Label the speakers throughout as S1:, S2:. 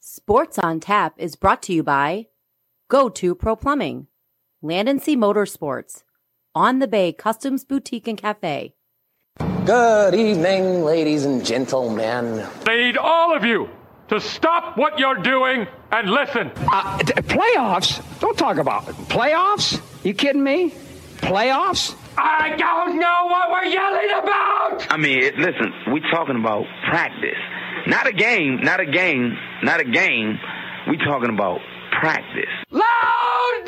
S1: Sports on Tap is brought to you by Go To Pro Plumbing, Land and Sea Motorsports, On the Bay Customs Boutique and Cafe.
S2: Good evening, ladies and gentlemen.
S3: They need all of you to stop what you're doing and listen.
S4: Uh, t- playoffs? Don't talk about it. Playoffs? You kidding me? Playoffs?
S3: I don't know what we're yelling about.
S5: I mean, it- listen, we're talking about practice. Not a game, not a game, not a game. we talking about practice.
S3: Loud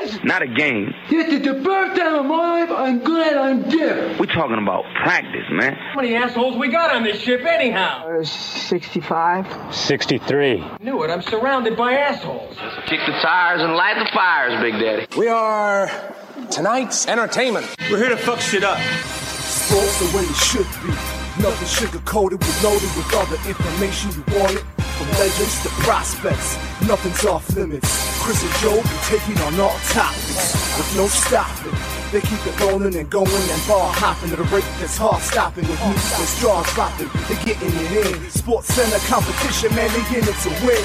S3: noises.
S5: Not a game.
S3: This is the first time in my life I'm glad I'm deaf.
S5: we talking about practice, man.
S3: How many assholes we got on this ship, anyhow?
S6: 65.
S7: 63.
S3: Knew it. I'm surrounded by assholes.
S8: Kick the tires and light the fires, Big Daddy.
S2: We are tonight's entertainment.
S9: We're here to fuck shit up.
S10: Sports the way it should be. Nothing sugar-coated, we're loaded with all the information you wanted. From legends to prospects, nothing's off limits. Chris and Joe be taking on all topics with no stopping. They keep it rolling and going and ball hopping at a rate that's hard stopping. With music that's jaw dropping, they're getting it in. Sports center competition, man, they in it to win.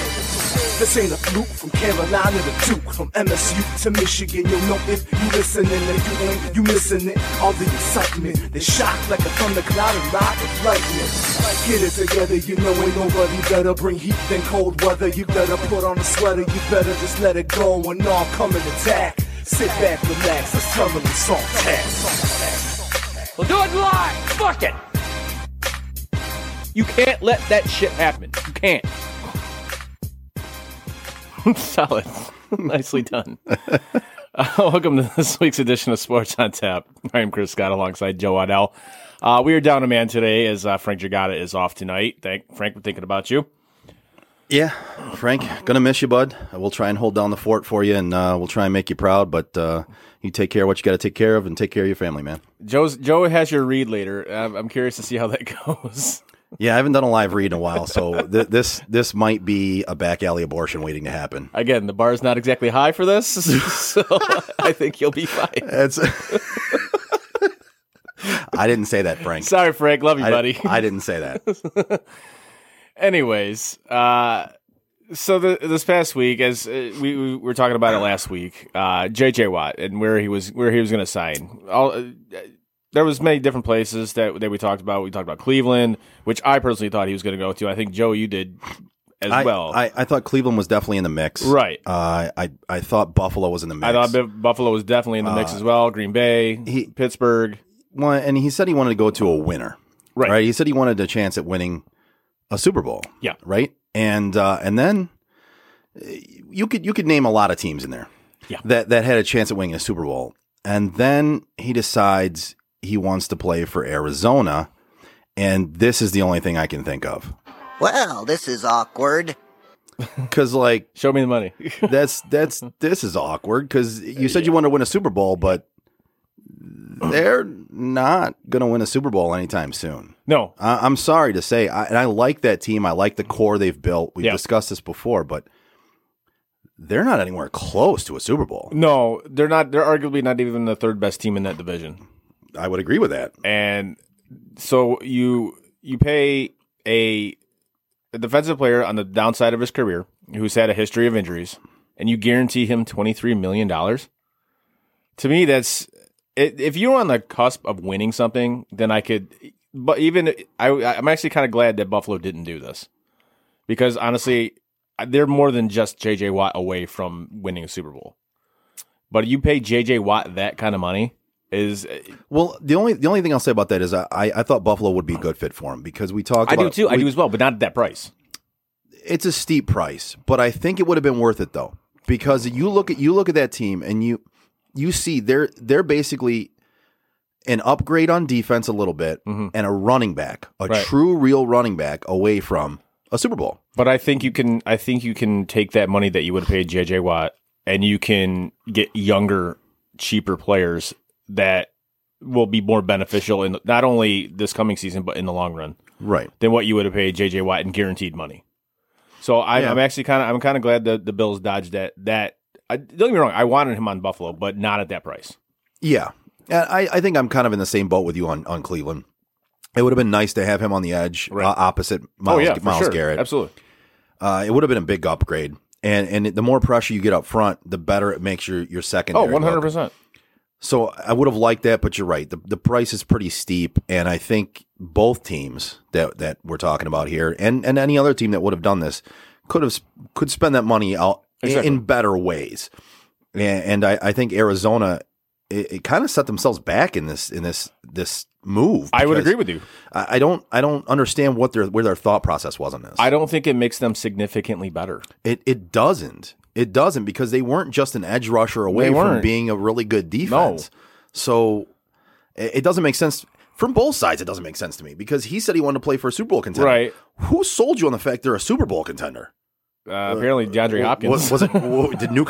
S10: This ain't a fluke from Carolina to Duke, from MSU to Michigan. You'll know if you listening and you ain't, you missing it. All the excitement, they shock like a thundercloud and rock of lightning. Get it together, you know ain't nobody better. Bring heat than cold weather. You better put on a sweater, you better just let it go and all come and attack. Sit back, relax, let's tell them it's on
S4: We'll do it live. Fuck it.
S11: You can't let that shit happen. You can't.
S7: Solid. Nicely done. Uh, welcome to this week's edition of Sports on Tap. I'm Chris Scott alongside Joe Waddell. Uh, we are down a man today as uh, Frank Giagata is off tonight. Thank Frank, we're thinking about you.
S12: Yeah, Frank, gonna miss you, bud. We'll try and hold down the fort for you, and uh, we'll try and make you proud. But uh, you take care of what you got to take care of, and take care of your family, man.
S7: Joe's, Joe has your read later. I'm, I'm curious to see how that goes.
S12: Yeah, I haven't done a live read in a while, so th- this this might be a back alley abortion waiting to happen.
S7: Again, the bar is not exactly high for this, so I think you'll be fine.
S12: That's. I didn't say that, Frank.
S7: Sorry, Frank. Love you,
S12: I-
S7: buddy.
S12: I didn't say that.
S7: Anyways, uh, so the, this past week, as uh, we, we were talking about it last week, uh, J.J. Watt and where he was where he was going to sign. All uh, there was many different places that that we talked about. We talked about Cleveland, which I personally thought he was going to go to. I think Joe, you did as
S12: I,
S7: well.
S12: I, I thought Cleveland was definitely in the mix.
S7: Right.
S12: Uh, I I thought Buffalo was in the mix.
S7: I thought Bu- Buffalo was definitely in the mix
S12: Uh,
S7: as well. Green Bay,
S12: he-
S7: Pittsburgh.
S12: Well, and he said he wanted to go to a winner.
S7: Right.
S12: He said he wanted a chance at winning a Super Bowl.
S7: Yeah.
S12: Right. And uh, and then uh, you could you could name a lot of teams in there.
S7: Yeah.
S12: That that had a chance at winning a Super Bowl. And then he decides he wants to play for Arizona. And this is the only thing I can think of.
S13: Well, this is awkward.
S12: Cause like
S7: Show me the money.
S12: that's that's this is awkward because you said you want to win a Super Bowl, but they're not going to win a Super Bowl anytime soon.
S7: No,
S12: I, I'm sorry to say, I, and I like that team. I like the core they've built. We've
S7: Yeah.
S12: discussed this before, but they're not anywhere close to a Super Bowl.
S7: no, they're not. They're arguably not even the third best team in that division.
S12: I would agree with that.
S7: and so you you pay a, a defensive player on the downside of his career who's had a history of injuries and you guarantee him $23 million to me that's i- if you're on the cusp of winning something then i could but even i i'm actually kind of glad that buffalo didn't do this because honestly they're more than just jj watt away from winning a super bowl but you pay jj watt that kind of money is
S12: Well, the only the only thing I'll say about that is I, I, I thought Buffalo would be a good fit for him because we talked.
S7: I do
S12: about,
S7: too. I
S12: we-
S7: do as well, but not at that price.
S12: it's a steep price, but I think it would have been worth it though because you look at you look at that team and you you see they're they're basically an upgrade on defense a little bit and a running back, a
S7: Mm-hmm. Right.
S12: true real running back away from a Super Bowl.
S7: But I think you can. I think you can take that money that you would have paid JJ Watt, and you can get younger, cheaper players that will be more beneficial in not only this coming season but in the long run
S12: Right.
S7: than what you would have paid JJ Watt in guaranteed money. So I,
S12: Yeah.
S7: I'm actually kind of I'm kind of glad that the Bills dodged that. That I, don't get me wrong, I wanted him on Buffalo, but not at that price.
S12: Yeah. And I, I think I'm kind of in the same boat with you on, on Cleveland. It would have been nice to have him on the edge uh, opposite Miles,
S7: oh yeah, for
S12: Miles
S7: sure.
S12: Garrett.
S7: absolutely.
S12: Uh, it would have been a big upgrade, and and the more pressure you get up front, the better it makes your your second.
S7: Oh, 100%.
S12: So I would have liked that, but you're right. The the price is pretty steep, and I think both teams that that we're talking about here, and and any other team that would have done this, could have could spend that money out
S7: Exactly.
S12: in better ways. And, and I, I think Arizona, it, it kind of set themselves back in this in this this move.
S7: I would
S12: because
S7: agree with you.
S12: I, I don't I don't understand what their where their thought process was on this.
S7: I don't think it makes them significantly better.
S12: It it doesn't. It doesn't because they weren't just an edge rusher away
S7: They
S12: from
S7: weren't.
S12: being a really good defense. So it, it doesn't make sense from both sides. It doesn't make sense to me because he said he wanted to play for a Super Bowl contender.
S7: Right.
S12: Who sold you on the fact they're a Super Bowl contender?
S7: Uh, apparently, DeAndre
S12: Wa-
S7: Hopkins
S12: was, was it? wa- did Nuke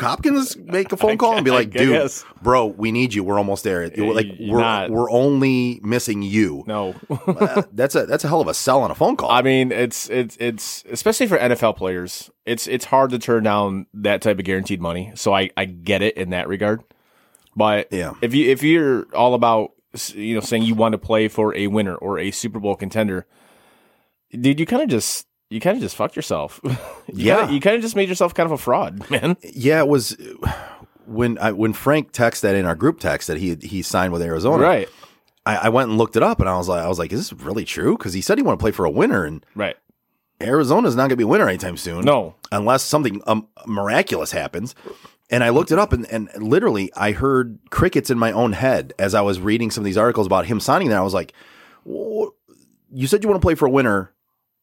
S12: Hopkins make a phone call and be
S7: I
S12: like, "Dude,
S7: guess.
S12: bro, we need you. We're almost there. You're like
S7: you're
S12: we're
S7: not.
S12: we're only missing you."
S7: No,
S12: Uh, that's a that's a hell of a sell on a phone call.
S7: I mean, it's it's it's especially for NFL players, it's it's hard to turn down that type of guaranteed money. So I I get it in that regard. But
S12: Yeah.
S7: if you if you're all about s- you know saying you want to play for a winner or a Super Bowl contender, dude, you kind of just you kind of just fucked yourself. You
S12: Yeah.
S7: kinda- you kind of just made yourself kind of a fraud, man.
S12: yeah, it was when I when Frank texted that in our group text that he he signed with Arizona.
S7: Right.
S12: I, I went and looked it up, and I was like, I was like, is this really true? Because he said he wanted to play for a winner, and
S7: Right.
S12: Arizona's not going to be a winner anytime soon.
S7: No.
S12: unless something um, miraculous happens. And I looked it up, and, and literally, I heard crickets in my own head as I was reading some of these articles about him signing there. I was like, "Wha- "You said you want to play for a winner,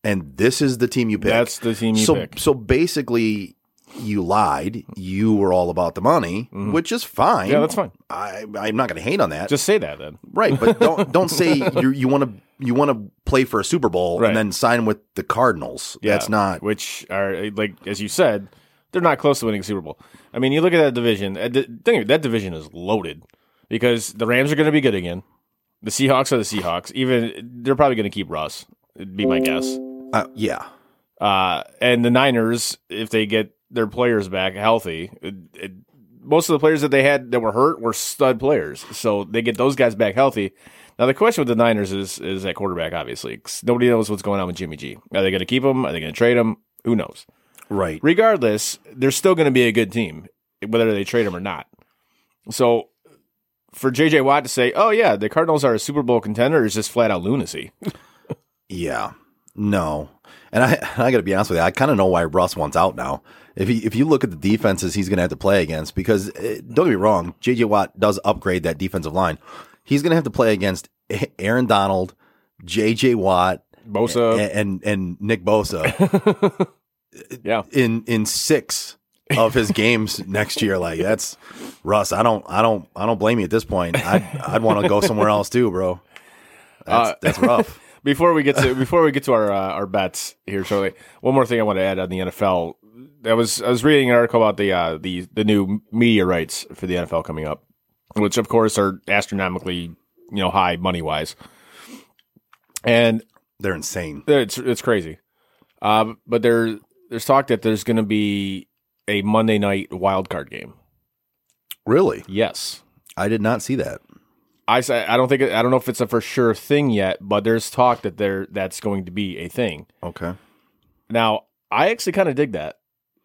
S12: and this is the team you pick.
S7: That's the team you
S12: so,
S7: pick.
S12: So basically, you lied. You were all about the money, which is fine.
S7: Mm-hmm. Yeah, that's fine.
S12: I, I'm not going to hate on that.
S7: Just say that then.
S12: Right, but don't don't say you you want to you want to play for a Super Bowl
S7: Right.
S12: and then sign with the Cardinals. That's not
S7: which are eh, like as you said, they're not close to winning Super Bowl. I mean, you look at that division. uh, the- thing- That division is loaded because the Rams are going to be good again. The Seahawks are the Seahawks. Even they're probably going to keep Russ. It'd be my guess.
S12: uh, yeah.
S7: Uh, and the Niners, if they get their players back healthy, it, it, most of the players that they had that were hurt were stud players. So they get those guys back healthy. Now the question with the Niners is is at quarterback, obviously, 'cause nobody knows what's going on with Jimmy G. Are they going to keep him? Are they going to trade him? Who knows?
S12: Right.
S7: Regardless, they're still going to be a good team, whether they trade him or not. So for JJ Watt to say, "Oh yeah, the Cardinals are a Super Bowl contender," is just flat out lunacy.
S12: Yeah. No. And I I got to be honest with you. I kind of know why Russ wants out now. If he, if you look at the defenses he's going to have to play against because eh, don't get me wrong, JJ Watt does upgrade that defensive line. He's going to have to play against A- Aaron Donald, JJ Watt,
S7: Bosa.
S12: a- and and, Nick Bosa
S7: yeah.
S12: in in 6 of his games next year like that's Russ, I don't I don't I don't blame you at this point. I would I'd want to go somewhere else too, bro. That's
S7: Uh,
S12: that's rough.
S7: before we get to before we get to our uh, our bets here shortly, one more thing I want to add on the NFL. I was I was reading an article about the uh, the the new media rights for the NFL coming up, which of course are astronomically you know high money wise, and
S12: They're insane.
S7: it's it's crazy. Uh, but there there's talk that there's going to be a Monday night wild card game.
S12: Really?
S7: Yes,
S12: I did not see that.
S7: I say I don't think I don't know if it's a for sure thing yet, but there's talk that there that's going to be a thing.
S12: Okay.
S7: Now, I actually kind of dig that.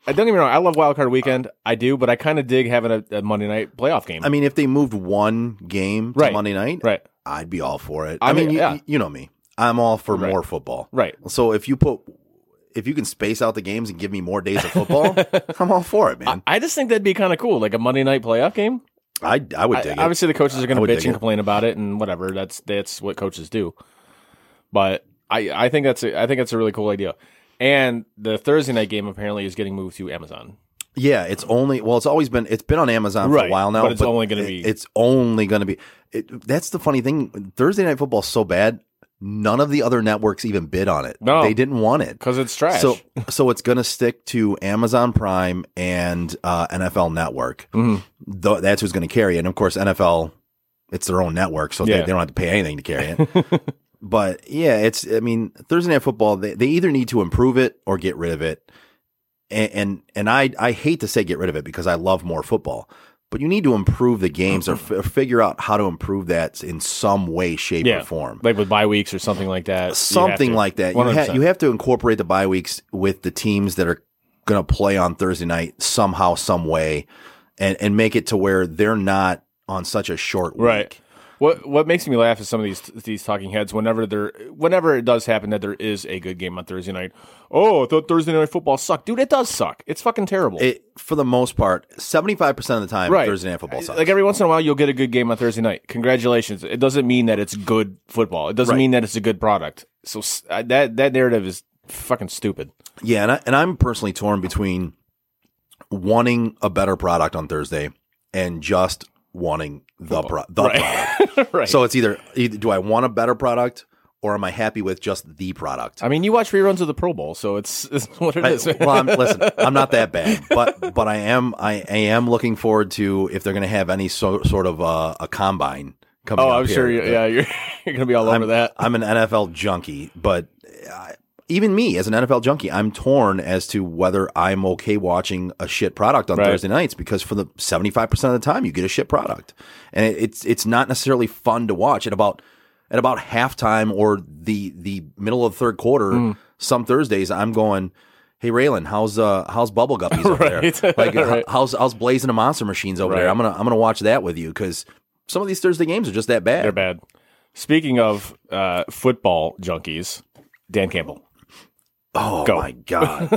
S7: I don't even know. I love Wild Card Weekend. I do, but I kind of dig having a, a Monday night playoff game.
S12: Uh, I mean, if they moved one game to
S7: Right.
S12: Monday night,
S7: right,
S12: I'd be all for it.
S7: I
S12: I, mean,
S7: mean,
S12: you,
S7: yeah.
S12: you know me. I'm all for
S7: Right.
S12: more football.
S7: right.
S12: So if you put, if you can space out the games and give me more days of football, I'm all for it, man.
S7: I just think that'd be kind of cool, like a Monday night playoff game.
S12: I, I would
S7: I-
S12: dig it.
S7: obviously, the coaches are going to
S12: I would
S7: bitch
S12: dig
S7: and
S12: it.
S7: complain about it and whatever. That's that's what coaches do. But I, I think that's a, I think that's a really cool idea. And the Thursday night game apparently is getting moved to Amazon.
S12: Yeah, it's only well, it's always been it's been on Amazon for
S7: Right,
S12: a while now,
S7: but it's only gonna
S12: it-
S7: be-
S12: it's only going to be. It, that's the funny thing. Thursday night football's so bad. None of the other networks even bid on it.
S7: No.
S12: they didn't want it.
S7: because it's trash.
S12: So so it's going to stick to Amazon Prime and uh, NFL Network.
S7: Mhm.
S12: Tho- that's who's going to carry it. And of course, NFL, it's their own network, so
S7: Yeah.
S12: they, they don't have to pay anything to carry it. but yeah, it's I mean Thursday Night Football. They, they either need to improve it or get rid of it. And and, and I I hate to say get rid of it because I love more football. but you need to improve the games or, f-
S7: Mm-hmm.
S12: or figure out how to improve that in some way, shape,
S7: yeah,
S12: or form.
S7: like with bye weeks or something like that. you
S12: Something
S7: have to-
S12: like that. You, ha-
S7: 100%.
S12: you have to incorporate the bye weeks with the teams that are going to play on Thursday night somehow, some way, and, and make it to where they're not on such a short week.
S7: Right. What what makes me laugh is some of these these talking heads. Whenever there, whenever it does happen that there is a good game on Thursday night, oh, I thought Thursday night football sucked, dude. It does suck. It's fucking terrible.
S12: It, for the most part, 75% of the time,
S7: Right.
S12: Thursday Night Football sucks.
S7: like every once in a while, you'll get a good game on Thursday night. Congratulations. It doesn't mean that it's good football. It doesn't
S12: Right.
S7: mean that it's a good product. So s- uh, that that narrative is fucking stupid.
S12: Yeah, and, I, and I'm personally torn between wanting a better product on Thursday and just wanting the pro- the product.
S7: Right.
S12: So it's either, either do I want a better product or am I happy with just the product?
S7: I mean, you watch reruns of the Pro Bowl, so it's, it's what it
S12: I-
S7: is.
S12: well, I'm, listen, I'm not that bad, but but I am I, I am looking forward to if they're going to have any so, sort of uh, a combine coming.
S7: Oh,
S12: up
S7: I'm
S12: here.
S7: sure. You're, yeah, you're, you're gonna be all over
S12: I'm,
S7: that.
S12: I'm an NFL junkie, but I, even me as an NFL junkie, I'm torn as to whether I'm okay watching a shit product on
S7: Right.
S12: Thursday nights because for the 75% of the time you get a shit product. And it, it's it's not necessarily fun to watch at about at about halftime or the the middle of the third quarter
S7: Mm.
S12: some Thursdays I'm going Hey Raylan, how's uh how's bubble guppies over there?
S7: Right.
S12: Like h-
S7: Right.
S12: how's how's blazing the monster machines over there?
S7: Right.
S12: I'm gonna I'm gonna watch that with you because some of these Thursday games are just that bad.
S7: They're bad. Speaking of uh, football junkies, Dan Campbell.
S12: Oh
S7: Go.
S12: my god.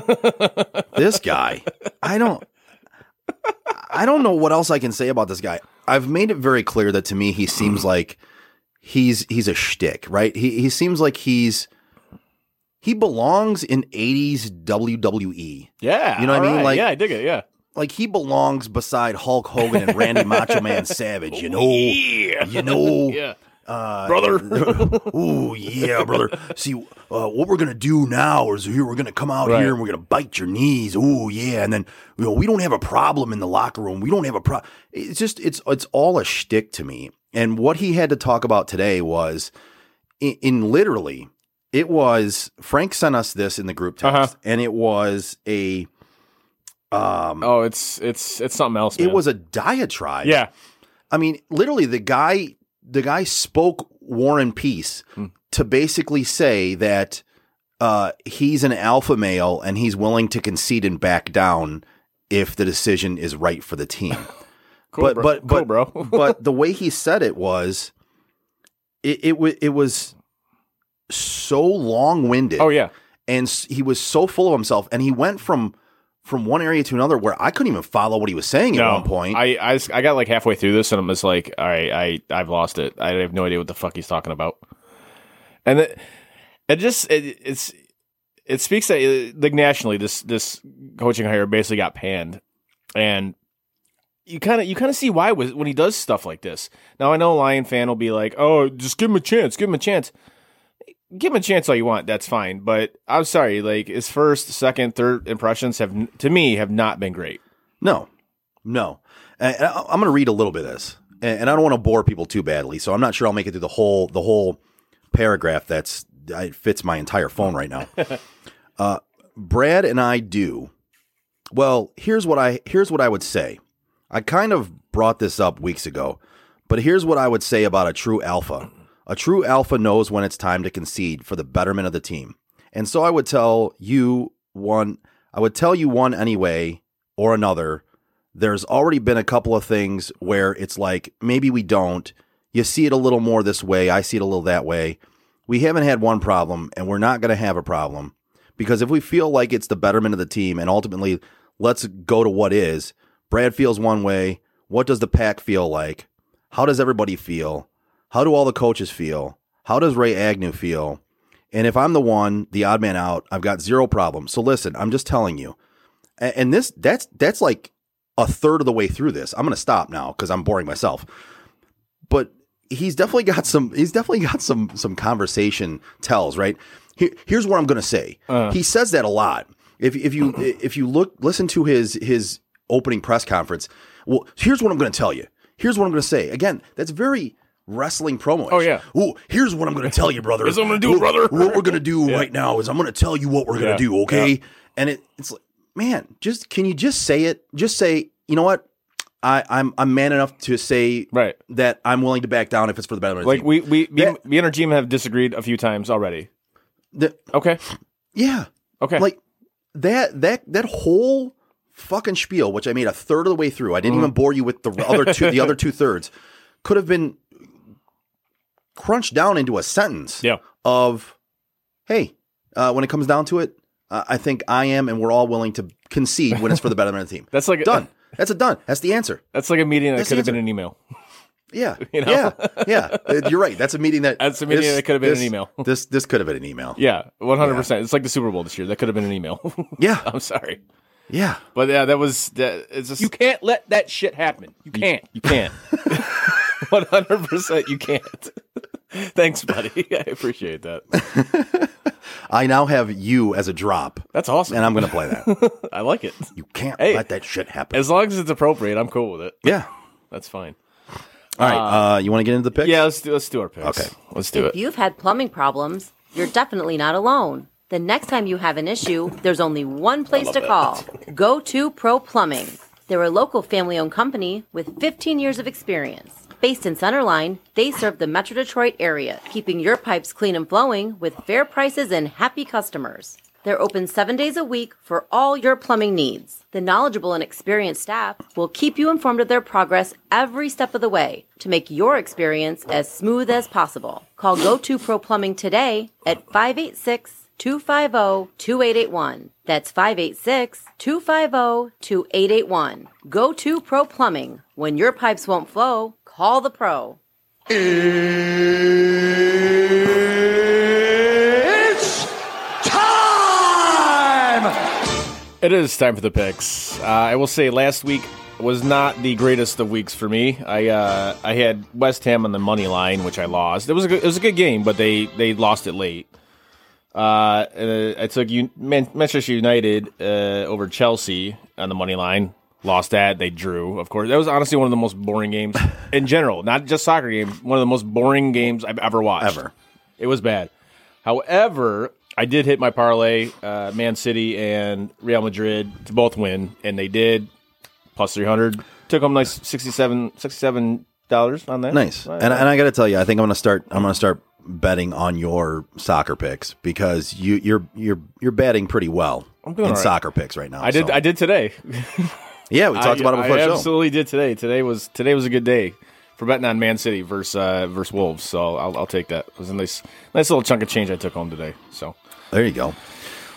S12: this guy. I don't I don't know what else I can say about this guy. I've made it very clear that to me he seems
S7: Hmm.
S12: like he's he's a shtick, right? He he seems like he's he belongs in 80s WWE.
S7: Yeah,
S12: You know what
S7: all
S12: I mean?
S7: right.
S12: Like-
S7: yeah, I dig it. Yeah,
S12: E. Like he belongs beside Hulk Hogan and Randy Macho Man Savage, you know. You know.
S7: yeah.
S12: Uh,
S7: Brother.
S12: Ooh, yeah, brother. See, uh, what we're gonna do now is here we're gonna come out
S7: Right.
S12: here and we're gonna bite your knees. Ooh, yeah, and then you know we don't have a problem in the locker room. We don't have a problem. It's just it's it's all a shtick to me. And what he had to talk about today was in, in literally it was Frank sent us this in the group
S7: Uh-huh.
S12: text, and it was a um
S7: Oh, it's it's it's something else.
S12: it
S7: man.
S12: was a diatribe.
S7: Yeah.
S12: I mean, literally the guy the guy spoke War and Peace
S7: Hmm.
S12: to basically say that uh, he's an alpha male and he's willing to concede and back down if the decision is right for the team.
S7: Cool,
S12: but,
S7: bro.
S12: but
S7: Cool,
S12: but
S7: bro.
S12: but the way he said it was it it, wa- it was so long-winded.
S7: Oh, yeah.
S12: And s- he was so full of himself and he went from from one area to another where I couldn't even follow what he was saying at one point.
S7: I, I s- I got like halfway through this and I'm just like, all right, I I've lost it. I have no idea what the fuck he's talking about. And it, it just it, it's it speaks that uh, like nationally this this coaching hire basically got panned, and you kind of you kind of see why with, when he does stuff like this. Now I know a Lion fan will be like, oh, just give him a chance, give him a chance. Give him a chance all you want, that's fine. But I'm sorry, like his first, second, third impressions have n- to me have not been great.
S12: No, no. And I- I'm going to read a little bit of this, and and I don't want to bore people too badly, so I'm not sure I'll make it through the whole the whole paragraph. That's it fits my entire phone right now. uh, Brad and I do. Well, here's what I here's what I would say. I kind of brought this up weeks ago, but here's what I would say about a true alpha. A true alpha knows when it's time to concede for the betterment of the team. And so I would tell you one I would tell you one anyway or another. There's already been a couple of things where it's like maybe we don't. You see it a little more this way, I see it a little that way. We haven't had one problem and we're not going to have a problem because if we feel like it's the betterment of the team and ultimately let's go to what is, Brad feels one way. What does the pack feel like? How does everybody feel? How do all the coaches feel? How does Ray Agnew feel? And if I'm the one, the odd man out, I've got zero problems. So listen, I'm just telling you. A- And this that's that's like a third of the way through this. I'm going to stop now cuz I'm boring myself. But he's definitely got some he's definitely got some some conversation tells, right? Here, here's what I'm going to say.
S7: Uh.
S12: he says that a lot. If if you if you look listen to his his opening press conference, well, here's what I'm going to tell you. Here's what I'm going to say. Again, that's very wrestling promo. Oh yeah. Ooh, here's what I'm going to tell you, brother.
S7: Here's what I'm gonna do,
S12: What-
S7: brother.
S12: What we're going to do
S7: Yeah.
S12: right now is I'm going to tell you what we're going
S7: Yeah.
S12: to do, okay? And it it's like, man, just can you just say it? Just say, you know what? I, I'm I'm man enough to say
S7: right.
S12: that I'm willing to back down if it's for the betterment. of the
S7: Like
S12: team.
S7: we we me, me and our GM have disagreed a few times already. okay.
S12: Yeah.
S7: Okay.
S12: Like that that that whole fucking spiel, which I made a third of the way through. I didn't
S7: Mhm.
S12: even bore you with the other two the other two thirds. Could have been crunched down into a sentence
S7: Yeah.
S12: of, hey, uh, when it comes down to it, uh, I think I am, and we're all willing to concede when it's for the betterment of the team.
S7: That's like a-
S12: done. That's a done. That's the answer.
S7: That's like a meeting that
S12: That's
S7: could
S12: the
S7: have been an email.
S12: Yeah.
S7: You know?
S12: Yeah. Yeah. Uh, You're right. That's a meeting that
S7: That's a meeting that could have been an
S12: this-
S7: email.
S12: This this could have been an email.
S7: Yeah, one hundred percent. It's like the Super Bowl this year. That could have been an email.
S12: yeah,
S7: I'm sorry,
S12: Yeah.
S7: but yeah, that was that. It's just
S11: You can't let that shit happen. You can't.
S7: You can't. One hundred percent, you can't. Thanks, buddy. I appreciate that.
S12: I now have you as a drop.
S7: That's awesome.
S12: And I'm going to play that.
S7: I like it.
S12: You can't
S7: Hey.
S12: let that shit happen.
S7: As long as it's appropriate, I'm cool with it.
S12: Yeah.
S7: that's fine.
S12: All right. Uh, you want to get into the picks?
S7: Yeah, let's do let's do our picks.
S12: Okay.
S7: let's do
S1: if
S7: it.
S1: you've had plumbing problems, you're definitely not alone. The next time you have an issue, there's only one place
S7: love
S1: to
S7: that.
S1: call Go To Pro Plumbing. They're a local family owned company with 15 years of experience. Based in Centerline, they serve the Metro Detroit area, keeping your pipes clean and flowing with fair prices and happy customers. They're open seven days a week for all your plumbing needs. The knowledgeable and experienced staff will keep you informed of their progress every step of the way to make your experience as smooth as possible. Call GoTo Pro Plumbing today at 586 250 2881. That's 586 250 2881. Go to Pro Plumbing. When your pipes won't flow, call the pro.
S6: It's time!
S7: It is time for the picks. Uh, I will say last week was not the greatest of weeks for me. I uh, I had West Ham on the money line, which I lost. It was a good, it was a good game, but they they lost it late. Uh, uh, I took U- Man- Manchester United uh, over Chelsea on the money line. Lost that. They drew. Of course, that was honestly one of the most boring games in general, not just soccer games. One of the most boring games I've ever watched. Ever. It was bad. However, I did hit my parlay, uh, Man City and Real Madrid to both win, and they did plus three hundred. Took home nice 67 dollars on that.
S12: Nice.
S7: Uh,
S12: And, and I got to tell you, I think I'm going to start. I'm going to start betting on your soccer picks because you you're you're you're batting pretty well
S7: I'm
S12: in
S7: doing all right.
S12: soccer picks right now.
S7: I did.
S12: so-
S7: I did today.
S12: yeah, we talked
S7: I-
S12: about it before
S7: I
S12: the show.
S7: absolutely did today. Today was today was a good day for betting on Man City versus uh, versus Wolves. So I'll, I'll take that. It was a nice nice little chunk of change I took home today. So
S12: There you go. All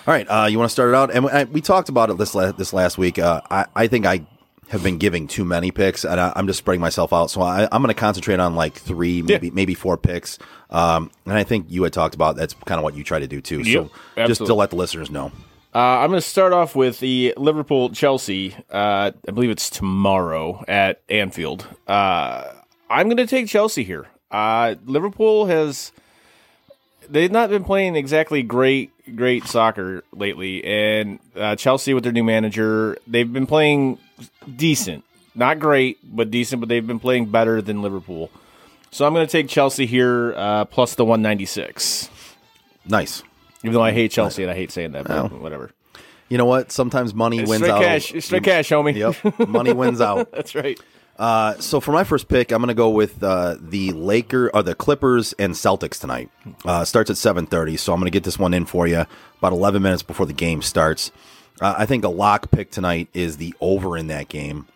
S12: right, uh, you want to start it out? And I, we talked about it this la- this last week. Uh, I I think I have been giving too many picks, and I, I'm just spreading myself out. So I, I'm going to concentrate on like three, maybe maybe four picks. Um, and I think you had talked about that's kind of what you try to do too.
S7: Yep,
S12: so just to
S7: absolutely.
S12: let the listeners know.
S7: Uh, I'm going to start off with the Liverpool Chelsea. Uh, I believe it's tomorrow at Anfield. Uh, I'm going to take Chelsea here. Uh, Liverpool has they've not been playing exactly great great soccer lately, and uh, Chelsea with their new manager, they've been playing decent, not great, but decent. But they've been playing better than Liverpool. So I'm going to take Chelsea here uh, plus the 196.
S12: Nice.
S7: Even though I hate Chelsea and I hate saying that, but whatever.
S12: You know what? Sometimes money
S7: It's
S12: wins
S7: straight
S12: out.
S7: cash. It's straight cash, homie.
S12: Yep, money wins out.
S7: That's right.
S12: Uh, so for my first pick, I'm going to go with uh, the Laker or the Clippers and Celtics tonight. Uh, starts at 7:30, so I'm going to get this one in for you about 11 minutes before the game starts. Uh, I think a lock pick tonight is the over in that game.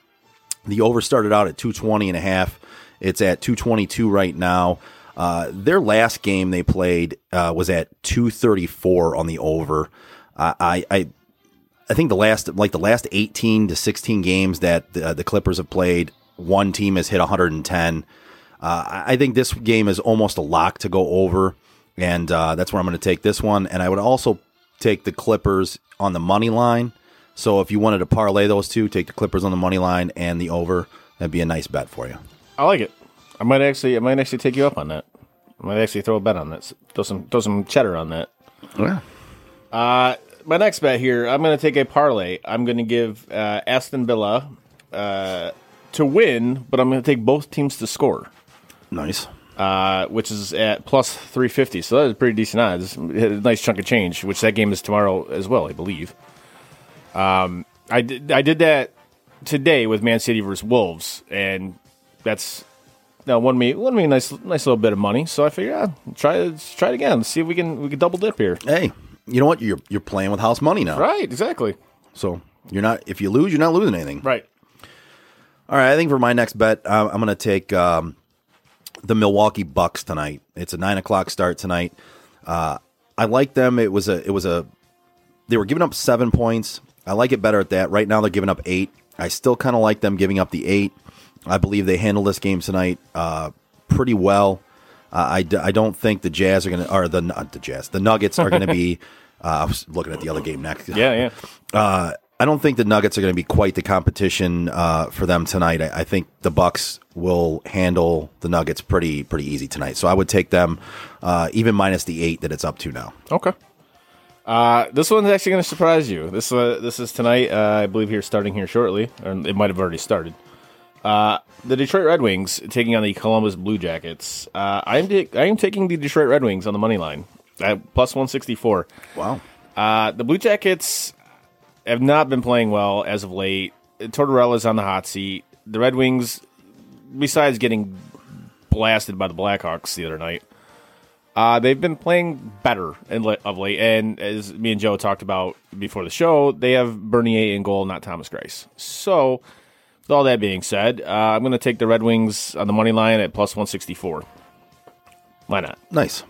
S12: The over started out at 220 and a half. It's at 222 right now. Uh, their last game they played uh, was at 234 on the over. Uh, I, I I think the last like the last 18 to 16 games that uh, the, the Clippers have played, one team has hit 110. Uh, I- I think this game is almost a lock to go over, and uh, that's where I'm going to take this one. And I would also take the Clippers on the money line. So if you wanted to parlay those two, take the Clippers on the money line and the over. That'd be a nice bet for you.
S7: I like it. I might actually, I might actually take you up on that. I might actually throw a bet on that. Throw some, throw some cheddar on that.
S12: Yeah.
S7: Uh, my next bet here, I'm going to take a parlay. I'm going to give uh, Aston Villa uh, to win, but I'm going to take both teams to score.
S12: Nice.
S7: Uh, which is at plus 350. So that is pretty decent odds. Hit a nice chunk of change, which that game is tomorrow as well, I believe. Um, I did, I did that today with Man City versus Wolves, and that's now won me won me a nice nice little bit of money. So I figured, yeah, try let's try it again. Let's see if we can we can double dip here.
S12: Hey, you know what? You're you're playing with house money now.
S7: Right, exactly.
S12: So you're not if you lose, you're not losing anything.
S7: Right.
S12: All right. I think for my next bet, uh, I'm, I'm going to take um, the Milwaukee Bucks tonight. It's a nine o'clock start tonight. Uh, I like them. It was a it was a they were giving up seven points. I like it better at that. Right now they're giving up eight. I still kind of like them giving up the eight. I believe they handled this game tonight uh, pretty well. Uh, I, d- I don't think the Jazz are going to, or the, not the Jazz, the Nuggets are going to be, uh, I was looking at the other game next.
S7: Yeah,
S12: yeah. Uh, I don't think the Nuggets are going to be quite the competition uh, for them tonight. I, I think the Bucks will handle the Nuggets pretty pretty easy tonight. So I would take them, uh, even minus the eight that it's up to now.
S7: Okay. Uh, this one's actually going to surprise you. This uh, this is tonight. Uh, I believe here starting here shortly, or it might have already started. Uh, the Detroit Red Wings taking on the Columbus Blue Jackets. Uh, I'm di- I am taking the Detroit Red Wings on the money line at plus one sixty four.
S12: Wow.
S7: Uh, the Blue Jackets have not been playing well as of late. Tortorella's on the hot seat. The Red Wings, besides getting blasted by the Blackhawks the other night, uh, they've been playing better in le- of late. And as me and Joe talked about before the show, they have Bernier in goal, not Thomas Grice. So, with all that being said, uh, I'm going to take the Red Wings on the money line at plus 164. Why not?
S12: Nice.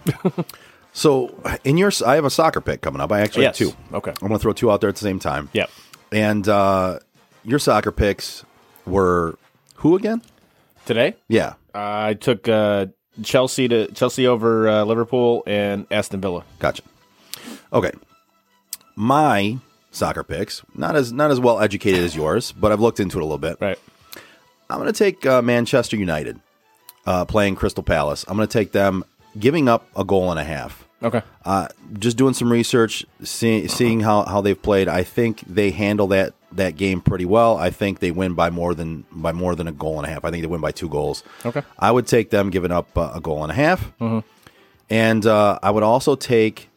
S12: so in your, I have a soccer pick coming up. I actually
S7: Yes.
S12: have two.
S7: Okay.
S12: I'm going to throw two out there at the same time.
S7: Yep.
S12: And uh, your soccer picks were who again?
S7: Today?
S12: Yeah.
S7: Uh, I took uh, Chelsea to Chelsea over uh, Liverpool and Aston Villa.
S12: Gotcha. Okay. My soccer picks, not as not as well educated as yours, but I've looked into it a little bit.
S7: Right.
S12: I'm going to take uh, Manchester United uh, playing Crystal Palace. I'm going to take them giving up a goal and a half.
S7: Okay.
S12: Uh, just doing some research, see, seeing how, how they've played. I think they handle that that game pretty well. I think they win by more than by more than a goal and a half. I think they win by two goals.
S7: Okay.
S12: I would take them giving up uh, a goal and a half, and uh, I would also take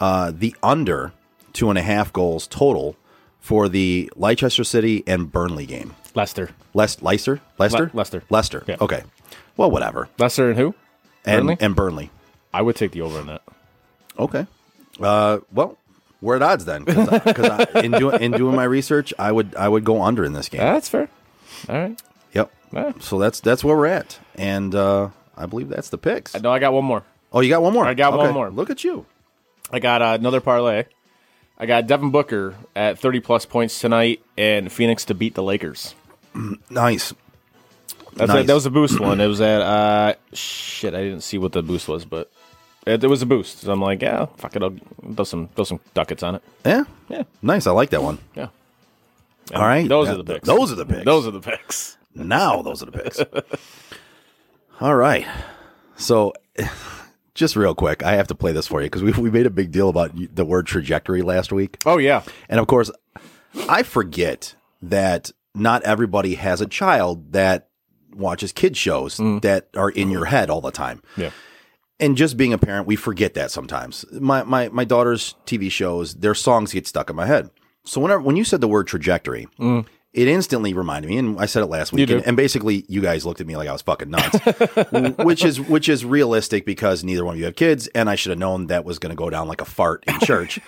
S12: uh, the under two and a half goals total for the Leicester City and Burnley game.
S7: Leicester.
S12: Les- Leicester, Leicester,
S7: Le- Leicester.
S12: Leicester.
S7: Yeah.
S12: Okay, well, whatever.
S7: Leicester and who?
S12: And
S7: Burnley?
S12: and Burnley.
S7: I would take the over on that.
S12: Okay. Uh, well, we're at odds then because in doing in doing my research, I would I would go under in this game.
S7: That's fair. All right.
S12: Yep.
S7: Yeah.
S12: So that's that's where we're at, and uh, I believe that's the picks.
S7: No, I got one more.
S12: Oh, you got one more.
S7: I got one
S12: Okay.
S7: more.
S12: Look at you.
S7: I got uh, another parlay. I got Devin Booker at 30 plus points tonight and Phoenix to beat the Lakers.
S12: Nice.
S7: That's
S12: Nice.
S7: it. that was a boost one. It was at, uh, shit, I didn't see what the boost was, but it, it was a boost. So I'm like, yeah, fuck it. I'll throw some, throw some ducats on it.
S12: Yeah.
S7: Yeah.
S12: Nice. I like that one.
S7: Yeah.
S12: All right.
S7: Those
S12: That-
S7: are the picks.
S12: Those are the picks.
S7: Those are the picks.
S12: now those are the picks. All right. So just real quick, I have to play this for you because we, we made a big deal about y- the word trajectory last week.
S7: Oh, yeah.
S12: And of course, I forget that not everybody has a child that watches kid shows that are in your head all the time.
S7: Yeah.
S12: And just being a parent, we forget that sometimes. My my my daughter's TV shows, their songs get stuck in my head. So whenever when you said the word trajectory, it instantly reminded me, and I said it last week,
S7: did.
S12: and, and basically you guys looked at me like I was fucking nuts, which is which is realistic because neither one of you have kids, and I should have known that was going to go down like a fart in church,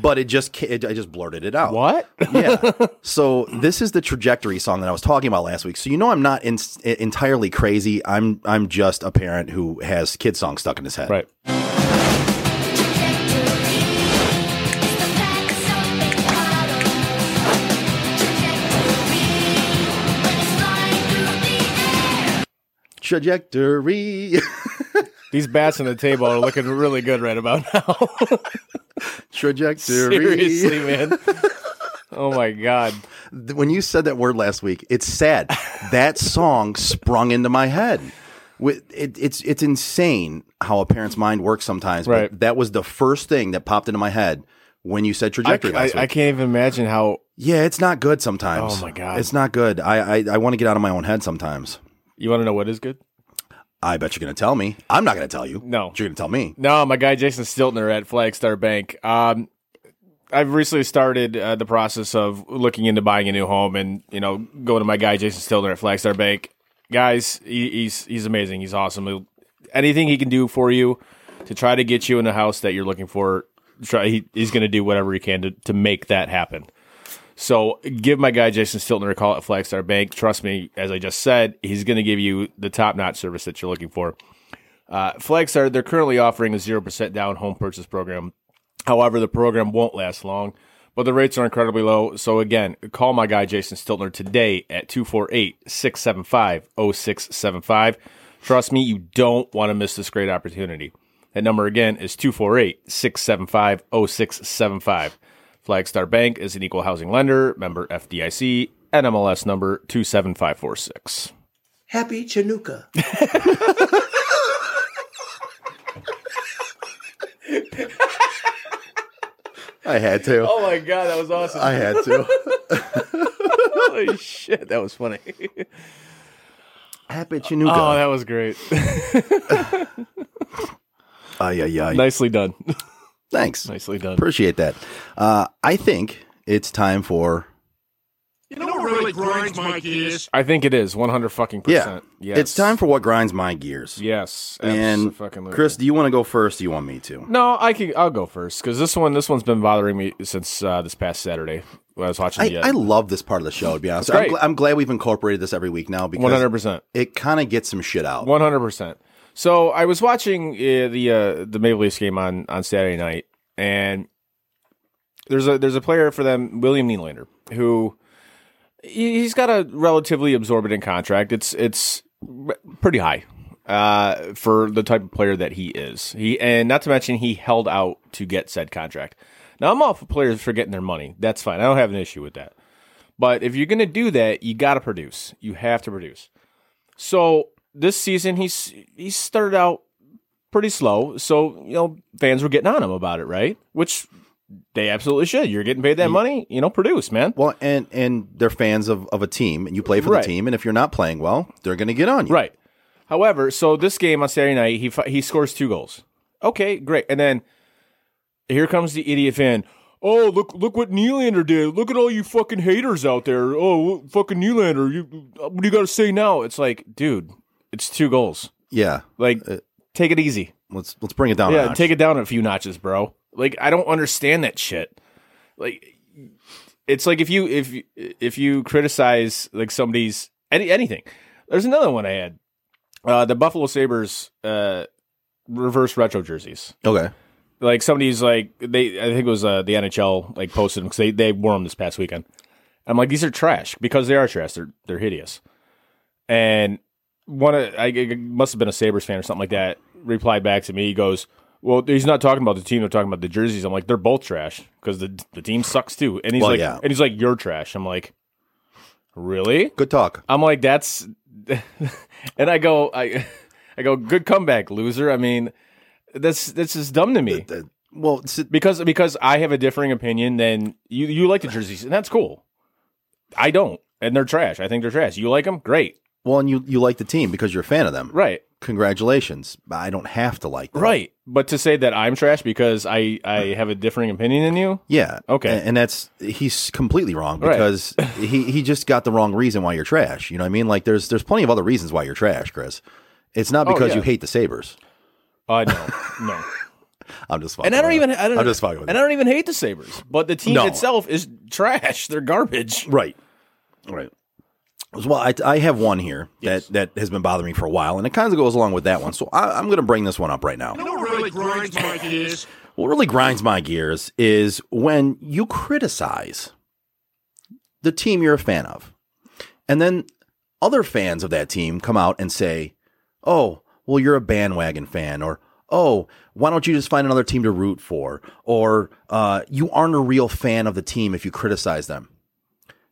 S12: but it just ca- it, I just blurted it out.
S7: What?
S12: yeah. So this is the trajectory song that I was talking about last week. So you know I'm not in, entirely crazy. I'm I'm just a parent who has kid songs stuck in his head.
S7: Right.
S12: Trajectory,
S7: These bats on the table are looking really good right about now.
S12: trajectory.
S7: Seriously, man. Oh, my God.
S12: Th- When you said that word last week, it's sad. that song sprung into my head. With it, it's it's insane how a parent's mind works sometimes.
S7: Right.
S12: But that was the first thing that popped into my head when you
S7: I,
S12: said trajectory
S7: I,
S12: last week.
S7: I can't even imagine how
S12: Yeah, it's not good sometimes.
S7: Oh, my God.
S12: it's not good. I I, I want to get out of my own head sometimes.
S7: You want to know what is good?
S12: I bet you're gonna tell me. I'm not gonna tell you.
S7: No.
S12: But you're gonna tell me.
S7: No, my guy Jason Stiltner at Flagstar Bank. Um, I've recently started uh, the process of looking into buying a new home, and you know, going to my guy Jason Stillner at Flagstar Bank. Guys, he, he's he's amazing. He's awesome. He'll- anything he can do for you to try to get you in a house that you're looking for, try he, he's going to do whatever he can to to make that happen. So give my guy Jason Stiltner a call at Flagstar Bank. Trust me, as I just said, he's going to give you the top notch service that you're looking for. Uh, Flagstar, they're currently offering a 0% down home purchase program. However, the program won't last long, but the rates are incredibly low. So again, call my guy Jason Stiltner today at 248 675 0675. Trust me, you don't want to miss this great opportunity. That number again is 248 675 0675. Flagstar Bank is an equal housing lender, member FDIC, NMLS number 27546.
S6: Happy Chinooka.
S12: I had to.
S7: Oh my god, that was awesome.
S12: I had to.
S7: Holy shit, that was funny.
S12: Happy
S7: Oh,
S12: Chinooka.
S7: that was great.
S12: Ay, ay, ay.
S7: Nicely done.
S12: Thanks.
S7: Nicely done.
S12: Appreciate that. Uh, I think it's time for
S9: You know what really grinds my gears?
S7: I think it is 100 fucking
S12: yeah.
S7: percent. Yes.
S12: It's time for what grinds my gears.
S7: Yes.
S12: And
S7: abso-fucking-lutely.
S12: Chris, do you want to go first? Or do you want me to?
S7: No, I can I'll go first cuz this one this one's been bothering me since uh, this past Saturday when I was watching
S12: I,
S7: the uh,
S12: I love this part of the show. To be honest,
S7: It's
S12: I'm,
S7: great.
S12: gl- I'm glad we've incorporated this every week now because
S7: 100%.
S12: It kind of gets some shit out.
S7: One hundred percent. So I was watching uh, the uh, the Maple Leafs game on on Saturday night, and there's a there's a player for them, William Nylander, who he- he's got a relatively absorbent contract. It's it's pretty high uh, for the type of player that he is. He and not to mention he held out to get said contract. Now I'm all for players for getting their money. That's fine. I don't have an issue with that. But if you're going to do that, you got to produce. You have to produce. So this season, he's he started out pretty slow. So you know, fans were getting on him about it, right? Which they absolutely should. You're getting paid that money, you know, produce, man.
S12: Well, and and they're fans of, of a team, and you play for
S7: Right.
S12: the team, and if you're not playing well, they're going to get on you.
S7: Right. However, so this game on Saturday night, he fi- he scores two goals. Okay, great. And then here comes the idiot fan. Oh, look look what Nylander did. Look at all you fucking haters out there. Oh, fucking Nylander, you what do you got to say now? It's like, dude, it's two goals.
S12: Yeah.
S7: Like take it easy.
S12: Let's let's bring it down.
S7: yeah, take it down a few notches, bro. Like I don't understand that shit. Like it's like if you if you- if you criticize like somebody's any anything. There's another one I had. Uh the Buffalo Sabres uh reverse retro jerseys.
S12: Okay.
S7: Like somebody's like they I think it was uh, the NHL like posted them cuz they they wore them this past weekend. I'm like these are trash because they are trash. They're they're hideous. And one of I I must have been a Sabres fan or something like that replied back to me. He goes, "Well, he's not talking about the team. They're talking about the jerseys." I'm like, "They're both trash because the the team sucks too." And he's
S12: Well,
S7: like,
S12: yeah.
S7: "And he's like, you're trash." I'm like, "Really?"
S12: Good talk.
S7: I'm like, "That's," and I go, I I go, "Good comeback, loser." I mean, that's that's just dumb to me.
S12: Uh, Well,
S7: because because I have a differing opinion than you. You like the jerseys, and that's cool. I don't, and they're trash. I think they're trash. You like them, great.
S12: Well, and you you like the team because you're a fan of them.
S7: Right.
S12: Congratulations. I don't have to like them.
S7: Right. But to say that I'm trash because I, I have a differing opinion than you?
S12: Yeah.
S7: Okay.
S12: And, and that's he's completely wrong
S7: Right.
S12: because he he just got the wrong reason why you're trash. You know what I mean? Like there's there's plenty of other reasons why you're trash, Chris. It's not
S7: Oh,
S12: because
S7: yeah.
S12: you hate the Sabers.
S7: Uh, no, no.
S12: I'm just fucking
S7: and I don't
S12: with
S7: even
S12: you.
S7: I don't
S12: I'm just fucking with
S7: and I don't even hate the Sabers, but the team
S12: No.
S7: itself is trash. They're garbage.
S12: you. right. Right. Well, I, I have one here that, that has been bothering me for a while, and it kind of goes along with that one. So I, I'm going to bring this one up right now.
S9: You know what really grinds my gears?
S12: What really grinds my gears is when you criticize the team you're a fan of, and then other fans of that team come out and say, Oh, well, you're a bandwagon fan, or Oh, why don't you just find another team to root for? Or uh, you aren't a real fan of the team if you criticize them.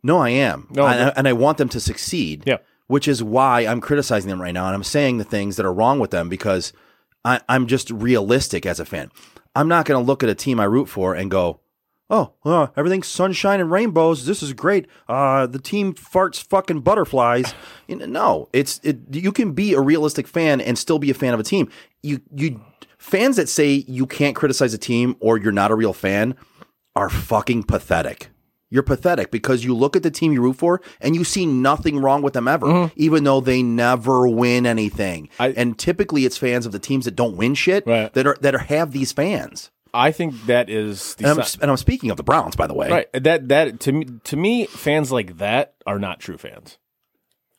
S12: No, I am.
S7: No,
S12: and, I,
S7: but-
S12: and I want them to succeed.
S7: Yeah.
S12: Which is why I'm criticizing them right now. And I'm saying the things that are wrong with them because I, I'm just realistic as a fan. I'm not going to look at a team I root for and go, oh, uh, everything's sunshine and rainbows. This is great. Uh, the team farts fucking butterflies. You know, no, it's it, you can be a realistic fan and still be a fan of a team. You you fans that say you can't criticize a team or you're not a real fan are fucking pathetic. You're pathetic because you look at the team you root for and you see nothing wrong with them ever, even though they never win anything. and typically, it's fans of the teams that don't win shit that are that are, have these fans.
S7: I think that is the
S12: and I'm,
S7: si-
S12: and I'm speaking of the Browns, by the way.
S7: Right. That that to me to me fans like that are not true fans.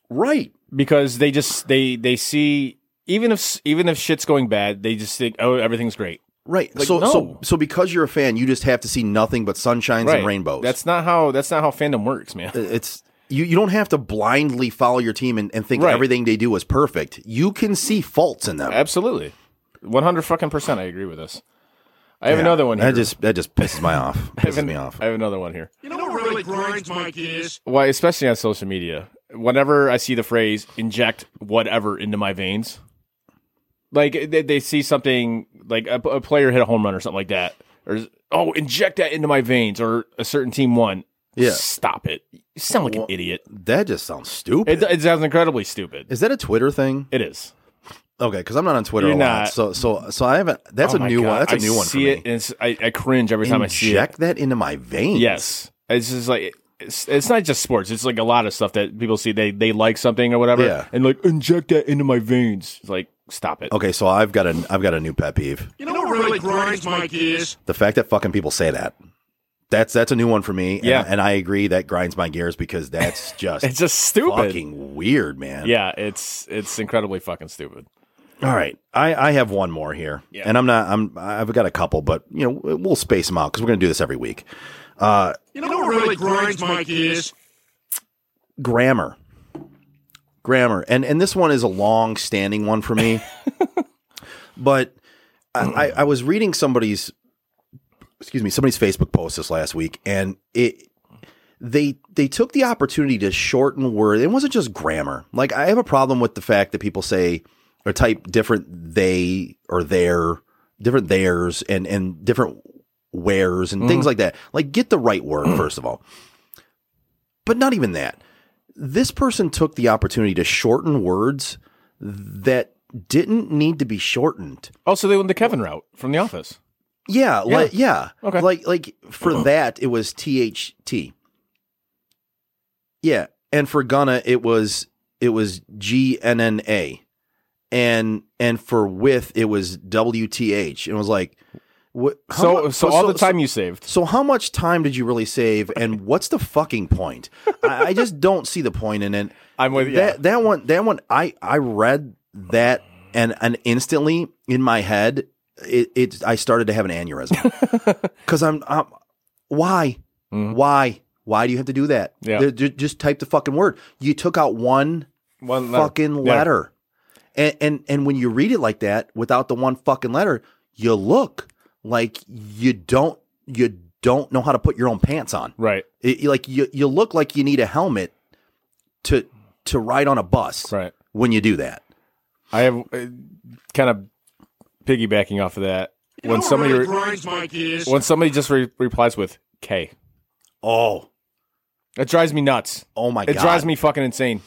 S12: Right.
S7: Because they just they they see even if even if shit's going bad, they just think oh everything's great.
S12: Right.
S7: Like,
S12: so,
S7: no.
S12: so so because you're a fan, you just have to see nothing but sunshines
S7: Right.
S12: and rainbows.
S7: That's not how that's not how fandom works, man.
S12: It's you, you don't have to blindly follow your team and, and think
S7: Right.
S12: everything they do is perfect. You can see faults in them.
S7: Absolutely. 100 fucking percent I agree with this. I have
S12: Yeah.
S7: another one here.
S12: That just that just pisses my off.
S7: I have
S12: pisses
S7: an-
S12: me off.
S7: I have another one here.
S9: You know what really grinds my gears?
S7: Why, especially on social media, whenever I see the phrase "inject whatever into my veins," like they, they see something like a, a player hit a home run or something like that, or oh, inject that into my veins, or a certain team won.
S12: Yeah.
S7: stop it. You sound like an idiot.
S12: That just sounds stupid.
S7: It, it sounds incredibly stupid.
S12: Is that a Twitter thing?
S7: It is.
S12: Okay, because I'm not on Twitter
S7: You're
S12: a lot.
S7: not.
S12: So so so I haven't. That's
S7: Oh
S12: a
S7: my
S12: new one.
S7: God,
S12: That's a
S7: I
S12: new one.
S7: See
S12: for me.
S7: it, and it's, I, I cringe every time I see it.
S12: Inject that into my veins.
S7: Yes, it's just like it's, it's not just sports. It's like a lot of stuff that people see. They they like something or whatever,
S12: Yeah.
S7: and like inject that into my veins. It's like stop it.
S12: Okay, so I've got a I've got a new pet peeve.
S9: You know what really grinds my gears?
S12: The fact that fucking people say that. That's that's a new one for me. and-
S7: Yeah.
S12: and I agree that grinds my gears because that's just
S7: It's just stupid.
S12: fucking weird, man.
S7: Yeah, it's it's incredibly fucking stupid.
S12: All right, I, I have one more here,
S7: Yeah.
S12: and I'm not I'm I've got a couple, but you know we- we'll space them out because we're gonna do this every week. Uh,
S9: You know what really grinds my gears?
S12: grammar, grammar, and and this one is a long standing one for me, but I, I I was reading somebody's excuse me somebody's Facebook post this last week, and it they they took the opportunity to shorten word. It wasn't just grammar. Like I have a problem with the fact that people say or type different they or their, different theirs and and different wheres and things
S10: Mhm.
S12: like that. Like get the right word first of all. But not even that. This person took the opportunity to shorten words that didn't need to be shortened.
S7: Oh, so they went the Kevin route from The Office.
S12: Yeah,
S7: Yeah.
S12: like yeah.
S7: Okay.
S12: Like like for that it was THT. Yeah, and for Ghana it was it was GNNA. And and for with it was WTH. And it was like what how
S7: So-
S12: mu-
S7: so all the time you saved.
S12: So how much time did you really save and what's the fucking point? I, I just don't see the point in it.
S7: I'm with
S12: that,
S7: you.
S12: That one that one I I read that and and instantly in my head it, it I started to have an aneurysm. Because I'm, i why? Why? Why do you have to do that?
S7: Mm-hmm. Yeah.
S12: There- ju- just type the fucking word. You took out one,
S7: One letter.
S12: fucking
S7: Yeah.
S12: letter. And, and and when you read it like that without the one fucking letter, you look like you don't you don't know how to put your own pants on.
S7: Right.
S12: It, you- like you you look like you need a helmet to to ride on a bus.
S7: Right.
S12: When you do that.
S7: I have uh, kind of piggybacking off of that when
S9: know what
S7: somebody
S9: really
S7: re-
S9: grinds my gears?
S7: when somebody just re- replies with K.
S12: Oh,
S7: that drives me nuts.
S12: Oh my
S7: it
S12: God.
S7: drives me fucking insane.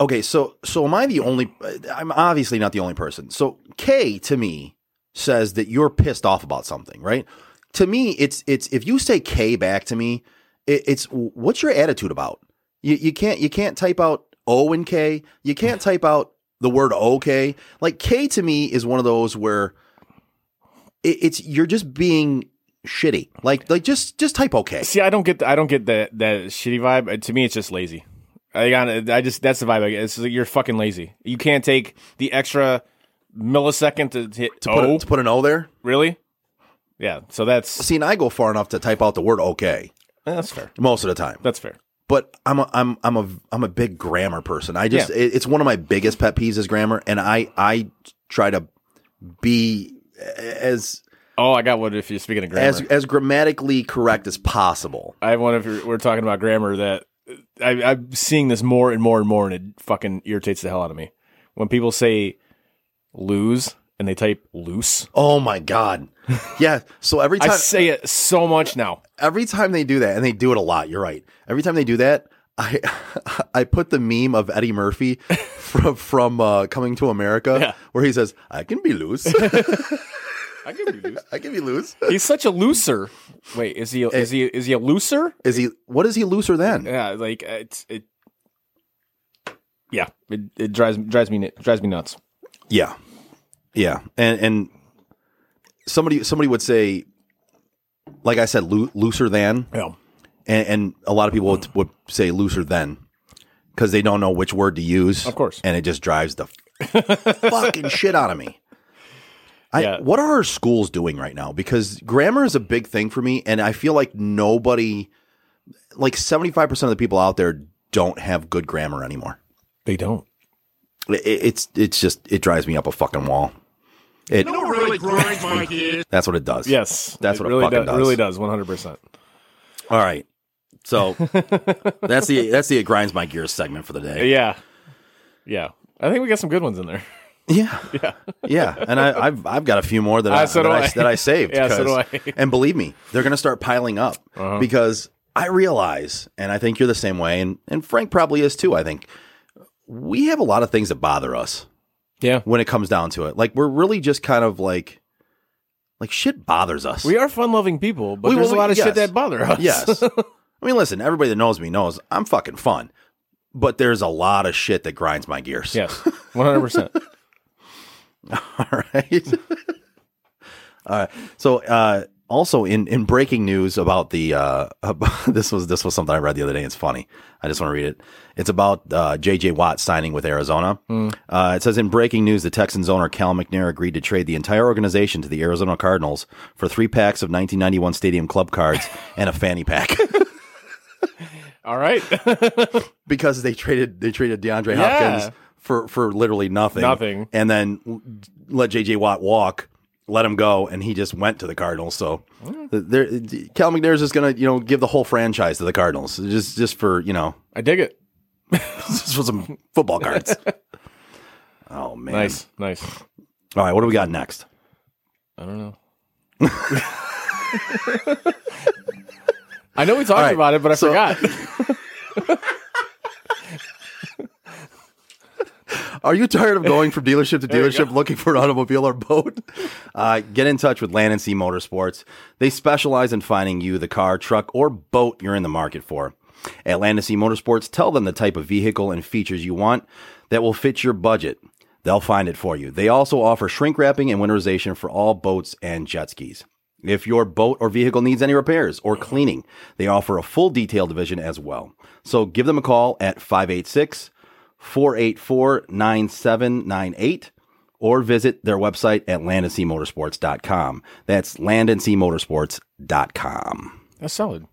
S12: Okay, so so am I the only? I'm obviously not the only person. So K to me says that you're pissed off about something, right? To me, it's it's if you say K back to me, it, it's what's your attitude about? You you can't you can't type out O and K. You can't type out the word okay. Like K to me is one of those where it, it's you're just being shitty. Like like just just type okay.
S7: See, I don't get the, I don't get that that shitty vibe. Uh, To me, it's just lazy. I got I just that's the vibe. I get. It's like you're fucking lazy. You can't take the extra millisecond to hit
S12: To put, a-
S7: O.
S12: to put an O there,
S7: really? Yeah. So that's see,
S12: and I go far enough to type out the word okay.
S7: That's fair.
S12: most of the time.
S7: That's fair.
S12: But I'm a I'm I'm a I'm a big grammar person. I just
S7: Yeah.
S12: it, it's one of my biggest pet peeves is grammar, and I I try to be as
S7: Oh, I got one. If you're speaking of grammar,
S12: as as grammatically correct as possible.
S7: I have one. If you're, we're talking about grammar, that I, I'm seeing this more and more and more, and it fucking irritates the hell out of me when people say lose and they type loose.
S12: Oh my god! Yeah. So every
S7: I
S12: time
S7: say it so much now.
S12: Every time they do that, and they do it a lot. You're right. Every time they do that, I I put the meme of Eddie Murphy from from uh, Coming to America, where he says, "I can be loose."
S7: I give you loose.
S12: I give you loose.
S7: He's such a looser. Wait, is he? Is he? Is he a looser?
S12: Is he? What is he looser than?
S7: Yeah, like uh, it's it. Yeah, it, it drives drives me drives me nuts.
S12: Yeah, yeah, and and somebody somebody would say, like I said, loo- looser than.
S7: Yeah.
S12: And, and a lot of people would, would say looser than because they don't know which word to use. Of course. And it just drives the fucking shit out of me. I, What are our schools doing right now? Because grammar is a big thing for me, and I feel like nobody, like seventy five percent of the people out there, don't have good grammar anymore.
S7: They don't.
S12: It, it's it's just it drives me up a fucking wall. It
S9: No really grinds my gears.
S12: that's what it does.
S7: Yes,
S12: that's
S7: it
S12: what
S7: really
S12: it fucking does.
S7: does- really does, one hundred percent.
S12: All right, so that's the that's the it grinds my gears segment for the day.
S7: Yeah, yeah. I think we got some good ones in there.
S12: Yeah,
S7: yeah,
S12: yeah, and I, I've I've got a few more that I,
S7: Ah, so
S12: that,
S7: do
S12: I,
S7: I.
S12: that I saved.
S7: Yeah, so do
S12: 'cause-
S7: I. Uh-huh.
S12: And believe me, they're going to start piling up because I realize, and I think you're the same way, and and Frank probably is too. I think we have a lot of things that bother us.
S7: Yeah,
S12: when it comes down to it, like we're really just kind of like, like shit bothers us.
S7: We are fun loving people, but there's a lot of shit that bother us.
S12: Yes. I mean, listen, everybody that knows me knows I'm fucking fun, but there's a lot of shit that grinds my gears.
S7: Yes. One hundred percent.
S12: All right. All right. So, uh, also in, in breaking news about the uh, about, this was this was something I read the other day. It's funny. I just want to read it. It's about uh, J.J. Watt signing with Arizona.
S10: Hmm.
S12: Uh, it says in breaking news, the Texans owner Cal McNair agreed to trade the entire organization to the Arizona Cardinals for three packs of 1991 Stadium Club cards and a fanny pack.
S7: All right.
S12: because they traded they traded DeAndre
S7: Yeah.
S12: Hopkins for for literally nothing,
S7: Nothing.
S12: and then l- let JJ Watt walk, let him go, and he just went to the Cardinals. So
S7: Mm.
S12: th- there, d- Cal McNair is just gonna you know give the whole franchise to the Cardinals just just for you know
S7: I dig it.
S12: just for some football cards. oh man,
S7: Nice, nice.
S12: All right, what do we got next?
S7: I don't know. I know we talked
S12: right,
S7: about it, but I forgot.
S12: Are you tired of going from dealership to
S7: There you
S12: dealership looking for an automobile or boat? Uh, get in touch with Land and Sea Motorsports. They specialize in finding you the car, truck, or boat you're in the market for. At Land and Sea Motorsports, tell them the type of vehicle and features you want that will fit your budget. They'll find it for you. They also offer shrink wrapping and winterization for all boats and jet skis. If your boat or vehicle needs any repairs or cleaning, they offer a full detail division as well. So give them a call at 586 484 9798 or visit their website at landandseamotorsports.com. That's landandseamotorsports.com.
S7: That's solid.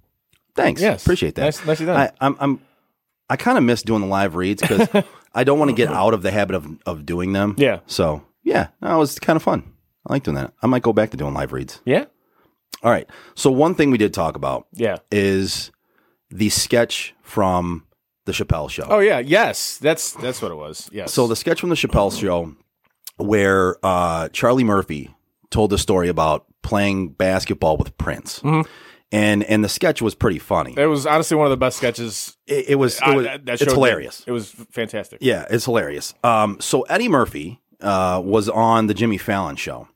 S12: Thanks.
S7: Yes.
S12: Appreciate that.
S7: Nice- nicely done.
S12: I, I'm, I'm, I kind of miss doing the live reads because I don't want to get out of the habit of, of doing them. Yeah. So, yeah, no, it was kind of fun. I like doing that. I might go back to doing live reads.
S7: Yeah.
S12: All right. So, one thing we did talk about
S7: Yeah.
S12: is the sketch from the Chappelle show.
S7: Oh yeah. Yes. That's that's what it was. Yes.
S12: So the sketch from the Chappelle show where uh, Charlie Murphy told the story about playing basketball with Prince. And and the sketch was pretty funny.
S7: It was honestly one of the best sketches.
S12: It, was- it was- it's
S7: showed-
S12: hilarious.
S7: It was fantastic.
S12: Yeah, it's hilarious. Um, so Eddie Murphy uh, was on the Jimmy Fallon show,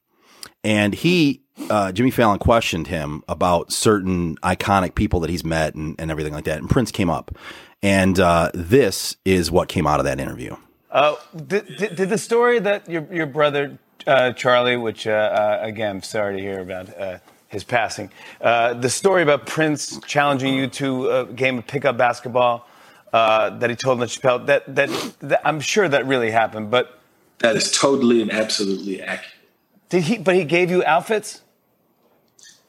S12: and he uh, Jimmy Fallon questioned him about certain iconic people that he's met and, and everything like that. And Prince came up, and uh, this is what came out of that interview.
S14: Uh, did, did, did the story that your, your brother uh, Charlie, which uh, uh, again, sorry to hear about uh, his passing, uh, the story about Prince challenging you to a game of pickup basketball uh, that he told on Chappelle, that, that, that I'm sure that really happened, but
S15: That is totally and absolutely accurate.
S14: did he? But he gave you outfits.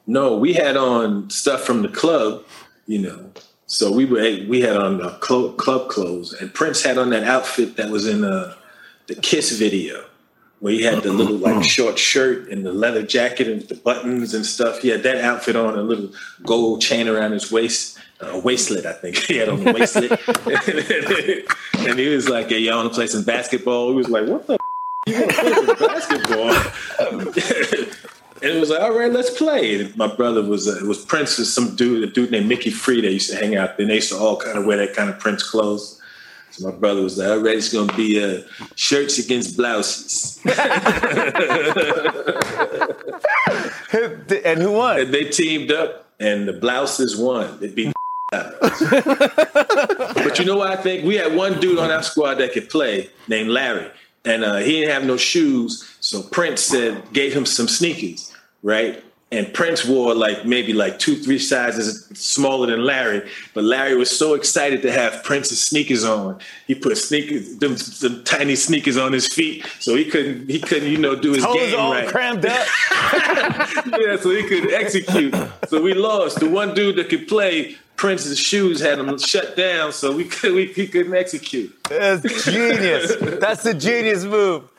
S15: No, we had on stuff from the club, you know. So we were we had on the clo- club clothes, and Prince had on that outfit that was in uh, the Kiss video, where he had the little like short shirt and the leather jacket and the buttons and stuff. He had that outfit on, a little gold chain around his waist, a waistlet, I think he had on the waistlet, and he was like, "Yeah, y'all want to play some basketball?" He was like, "What the And it was like, all right, let's play. And my brother was uh, it was Prince was some dude, a dude named Mickey Free that used to hang out. Then they used to all kind of wear that kind of Prince clothes. So my brother was like, all right, it's gonna be uh, shirts against blouses.
S14: and who won?
S15: they teamed up and the blouses won. They beat but you know what I think? We had one dude on our squad that could play named Larry, and uh, he didn't have no shoes. So Prince said, gave him some sneakers, right? And Prince wore like maybe like two, three sizes smaller than Larry. But Larry was so excited to have Prince's sneakers on. He put sneakers, them, them tiny sneakers on his feet, so he couldn't, he couldn't, you know, do his
S14: Toes
S15: game
S14: all
S15: right.
S14: crammed up.
S15: yeah, so he could execute. So we lost. The one dude that could play Prince's shoes had him shut down, so we could we he couldn't execute.
S14: That's genius. That's the genius move.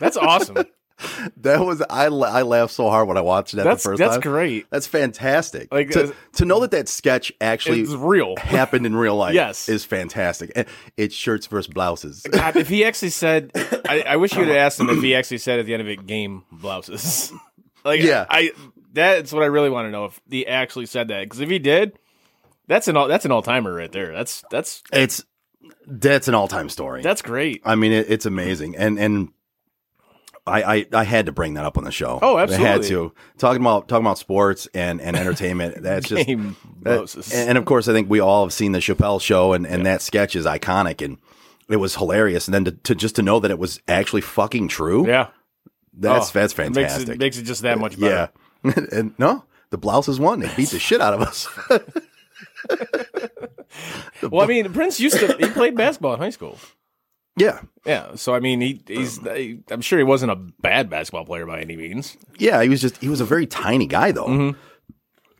S7: That's awesome.
S12: That was I. la- I laughed so hard when I watched that
S7: That's-
S12: the first
S7: that's
S12: time. great. That's fantastic. Like
S7: uh,
S12: to, to know that that sketch actually
S7: It's real.
S12: happened in real life.
S7: Yes.
S12: is fantastic. And it's shirts versus blouses.
S7: God, if he actually said, I, I wish you would have asked him if he actually said at the end of it, game blouses. like,
S12: Yeah.
S7: I that's what I really want to know if he actually said that because if he did, that's an all that's an all timer right there. That's that's
S12: It's that's an all time story.
S7: that's great.
S12: I mean, it, it's amazing, and and I, I I had to bring that up on the show.
S7: Oh,
S12: I had
S7: absolutely.
S12: to talking about talking about sports and and entertainment. That's just
S7: Game
S12: that-
S7: blouses.
S12: and, and of course, I think we all have seen the Chappelle show, and and that sketch is iconic, and it was hilarious. And then to, to just to know that it was actually fucking true.
S7: Yeah,
S12: that's
S7: Oh,
S12: that's
S7: it makes it-
S12: fantastic.
S7: Makes it, just that much better.
S12: yeah, and no, the blouses won. They beat the shit out of us.
S7: Well, I mean, Prince used to he played basketball in high school.
S12: Yeah.
S7: Yeah, so I mean, he he's he- I'm sure he wasn't a bad basketball player by any means.
S12: Yeah, he was just he was a very tiny guy though.
S7: Mm-hmm.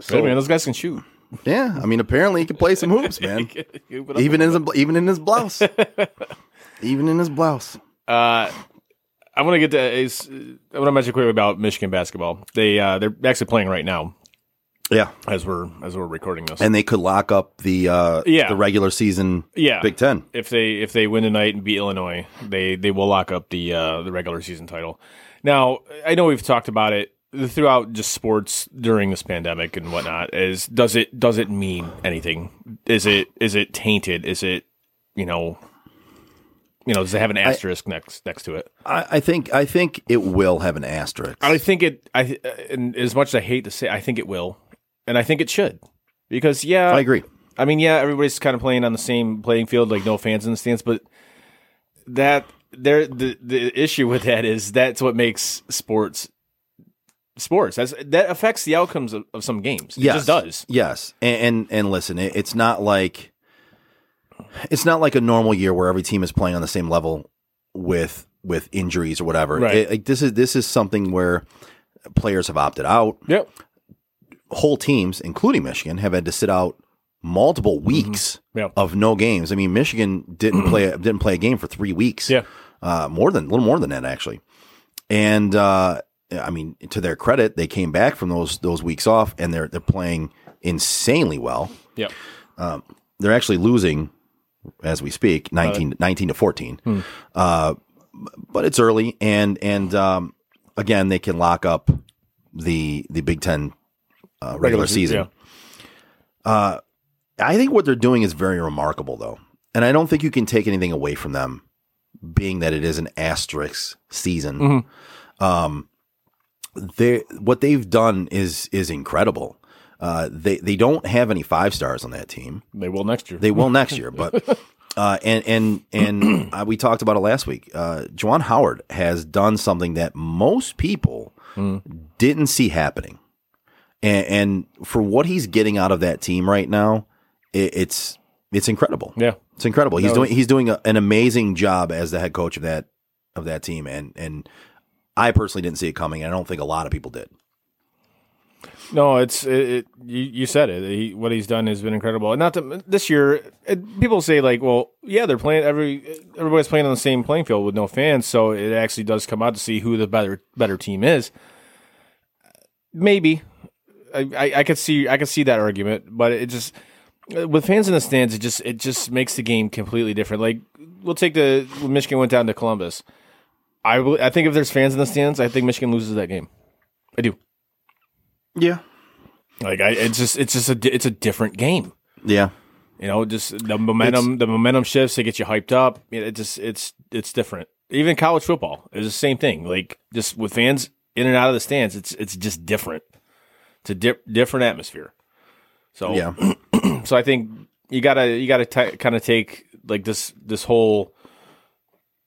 S7: So, man, those guys can shoot.
S12: Yeah, I mean, apparently he could play some hoops, man. even in his, even in his blouse, even in his blouse.
S7: Uh, I want to get to uh, is I want to mention quickly about Michigan basketball. They uh, they're actually playing right now
S12: Yeah,
S7: as we're as we're recording this.
S12: and they could lock up the uh,
S7: Yeah.
S12: the regular season
S7: yeah,
S12: Big Ten.
S7: If they if they win tonight and beat Illinois, they they will lock up the uh, the regular season title. Now I know we've talked about it throughout just sports during this pandemic and whatnot. Is does it does it mean anything? Is it is it tainted? Is it you know you know does it have an asterisk next next to it?
S12: I, I think I think it will have an asterisk.
S7: I think it. I th- and as much as I hate to say, I think it will, and I think it should, because yeah,
S12: I agree.
S7: I mean, yeah, everybody's kind of playing on the same playing field, like no fans in the stands, but that there the the issue with that is that's what makes sports sports. That's that affects the outcomes of, of some games. It
S12: yes,
S7: just does.
S12: Yes, and and, and listen, it, it's not like it's not like a normal year where every team is playing on the same level with with injuries or whatever.
S7: Right.
S12: It- like this is this is something where players have opted out.
S7: Yep.
S12: Whole teams, including Michigan, have had to sit out multiple weeks
S7: Yep.
S12: of no games. I mean, Michigan didn't play didn't play a game for three weeks.
S7: Yeah.
S12: Uh, more than a little more than that actually. And uh, I mean, to their credit, they came back from those those weeks off, and they're they're playing insanely well.
S7: Yep.
S12: Um, they're actually losing as we speak 19, 19 to 14
S7: Hmm.
S12: uh, but it's early and and um, again they can lock up the the big ten uh, regular
S7: Regular se-
S12: season uh, i think what they're doing is very remarkable though and i don't think you can take anything away from them being that it is an asterisk season
S7: Mm-hmm.
S12: um, they what they've done is is incredible uh, they they don't have any five stars on that team
S7: They will next year.
S12: they will next year, but uh, and and and uh, we talked about it last week. Uh, Juwan Howard has done something that most people
S7: Hmm.
S12: didn't see happening, and, and for what he's getting out of that team right now, it, it's it's incredible.
S7: Yeah.
S12: it's incredible. He's
S7: No,
S12: doing
S7: it's-
S12: he's doing a, an amazing job as the head coach of that of that team, and and I personally didn't see it coming. And I don't think a lot of people did.
S7: No, it's it, it, you. You said it. He, what he's done has been incredible. And not to, this year. It, people say like, well, yeah, they're playing every everybody's playing on the same playing field with no fans, so it actually does come out to see who the better better team is. Maybe I, I, I could see I could see that argument, but it just with fans in the stands, it just it just makes the game completely different. Like we'll take the when Michigan went down to Columbus. I will- I think if there's fans in the stands, I think Michigan loses that game. I do.
S12: Yeah,
S7: Like I, it's just it's just a di- it's a different game.
S12: yeah.
S7: You know, just the momentum, the momentum shifts. It gets you hyped up. It it just, it's, it's different. Even college football is the same thing. Like just with fans in and out of the stands, it's, it's just different. It's a di- different atmosphere. So
S12: Yeah.
S7: so I think you gotta, you gotta t- kind of take like this, this whole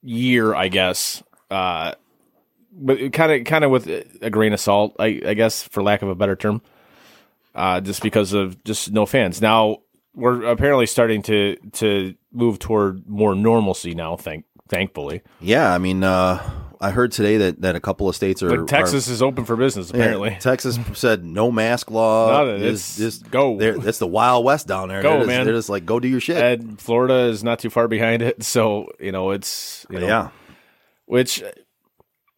S7: year, I guess. Uh, but kind of, kind of with a grain of salt, I, I guess, for lack of a better term uh, just because of just no fans. Now we're apparently starting to to move toward more normalcy now. Thank thankfully,
S12: Yeah, I mean, uh, I heard today that, that a couple of states are
S7: like Texas
S12: are-
S7: is open for business.
S12: Yeah,
S7: Apparently,
S12: Texas said no mask law.
S7: None of it.
S12: It's-
S7: It's-
S12: it's-
S7: go.
S12: they're- That's the Wild West down there.
S7: Go,
S12: they're just,
S7: man.
S12: They're just like go do your shit.
S7: and Florida is not too far behind it. So you know it's you know,
S12: Yeah.
S7: which. uh,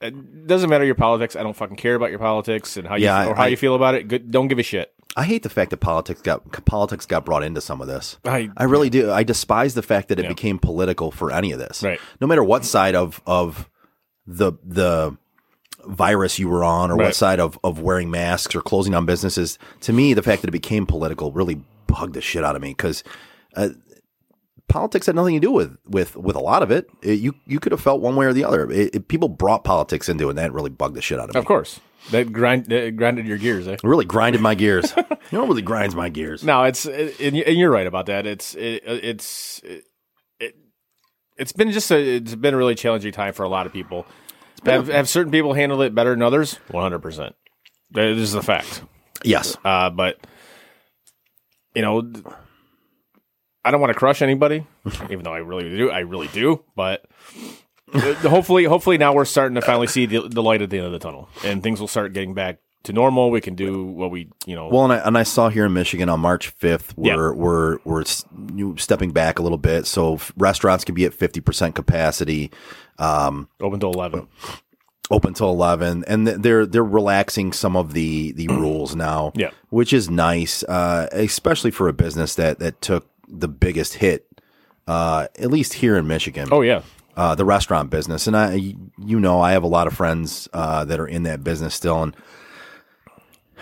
S7: It doesn't matter your politics. I don't fucking care about your politics and how you
S12: Yeah, I-
S7: or how
S12: I-
S7: you feel about it. Good, don't give a shit.
S12: I hate the fact that politics got politics got brought into some of this.
S7: I-
S12: really do. I despise the fact that it became political for any of this. Right. No matter what side of of the the virus you were on or
S7: Right.
S12: what side of of wearing masks or closing down businesses, to me the fact that it became political really bugged the shit out of me cuz uh, politics had nothing to do with with with a lot of it. It- you you could have felt one way or the other. It, it- people brought politics into it and that really bugged the shit out of me.
S7: Of course, that grind that grinded your gears. Eh?
S12: It really grinded my gears. you know what really grinds my gears?
S7: No, it's and you- and you're right about that. It's it, it's it, it it's been just a it's been a really challenging time for a lot of people.
S12: been
S7: Have,
S12: a-
S7: have certain people handled it better than others? One hundred percent. This is the fact.
S12: Yes.
S7: Uh, but you know, th- I don't want to crush anybody, even though I really do. I really do, but. uh, hopefully, hopefully now we're starting to finally see the, the light at the end of the tunnel, and things will start getting back to normal. We can do what we, you know,
S12: Well, and I, and I saw here in Michigan on March fifth,
S7: Yeah.
S12: we're we're we're s- you know, stepping back a little bit, so f- restaurants can be at fifty percent capacity, um,
S7: open till eleven,
S12: open till eleven, and th- they're they're relaxing some of the the rules now,
S7: Mm-hmm. Yeah.
S12: which is nice, uh, especially for a business that that took the biggest hit, uh, at least here in Michigan.
S7: Oh, yeah.
S12: Uh, the restaurant business, and I, you know, I have a lot of friends uh, that are in that business still, and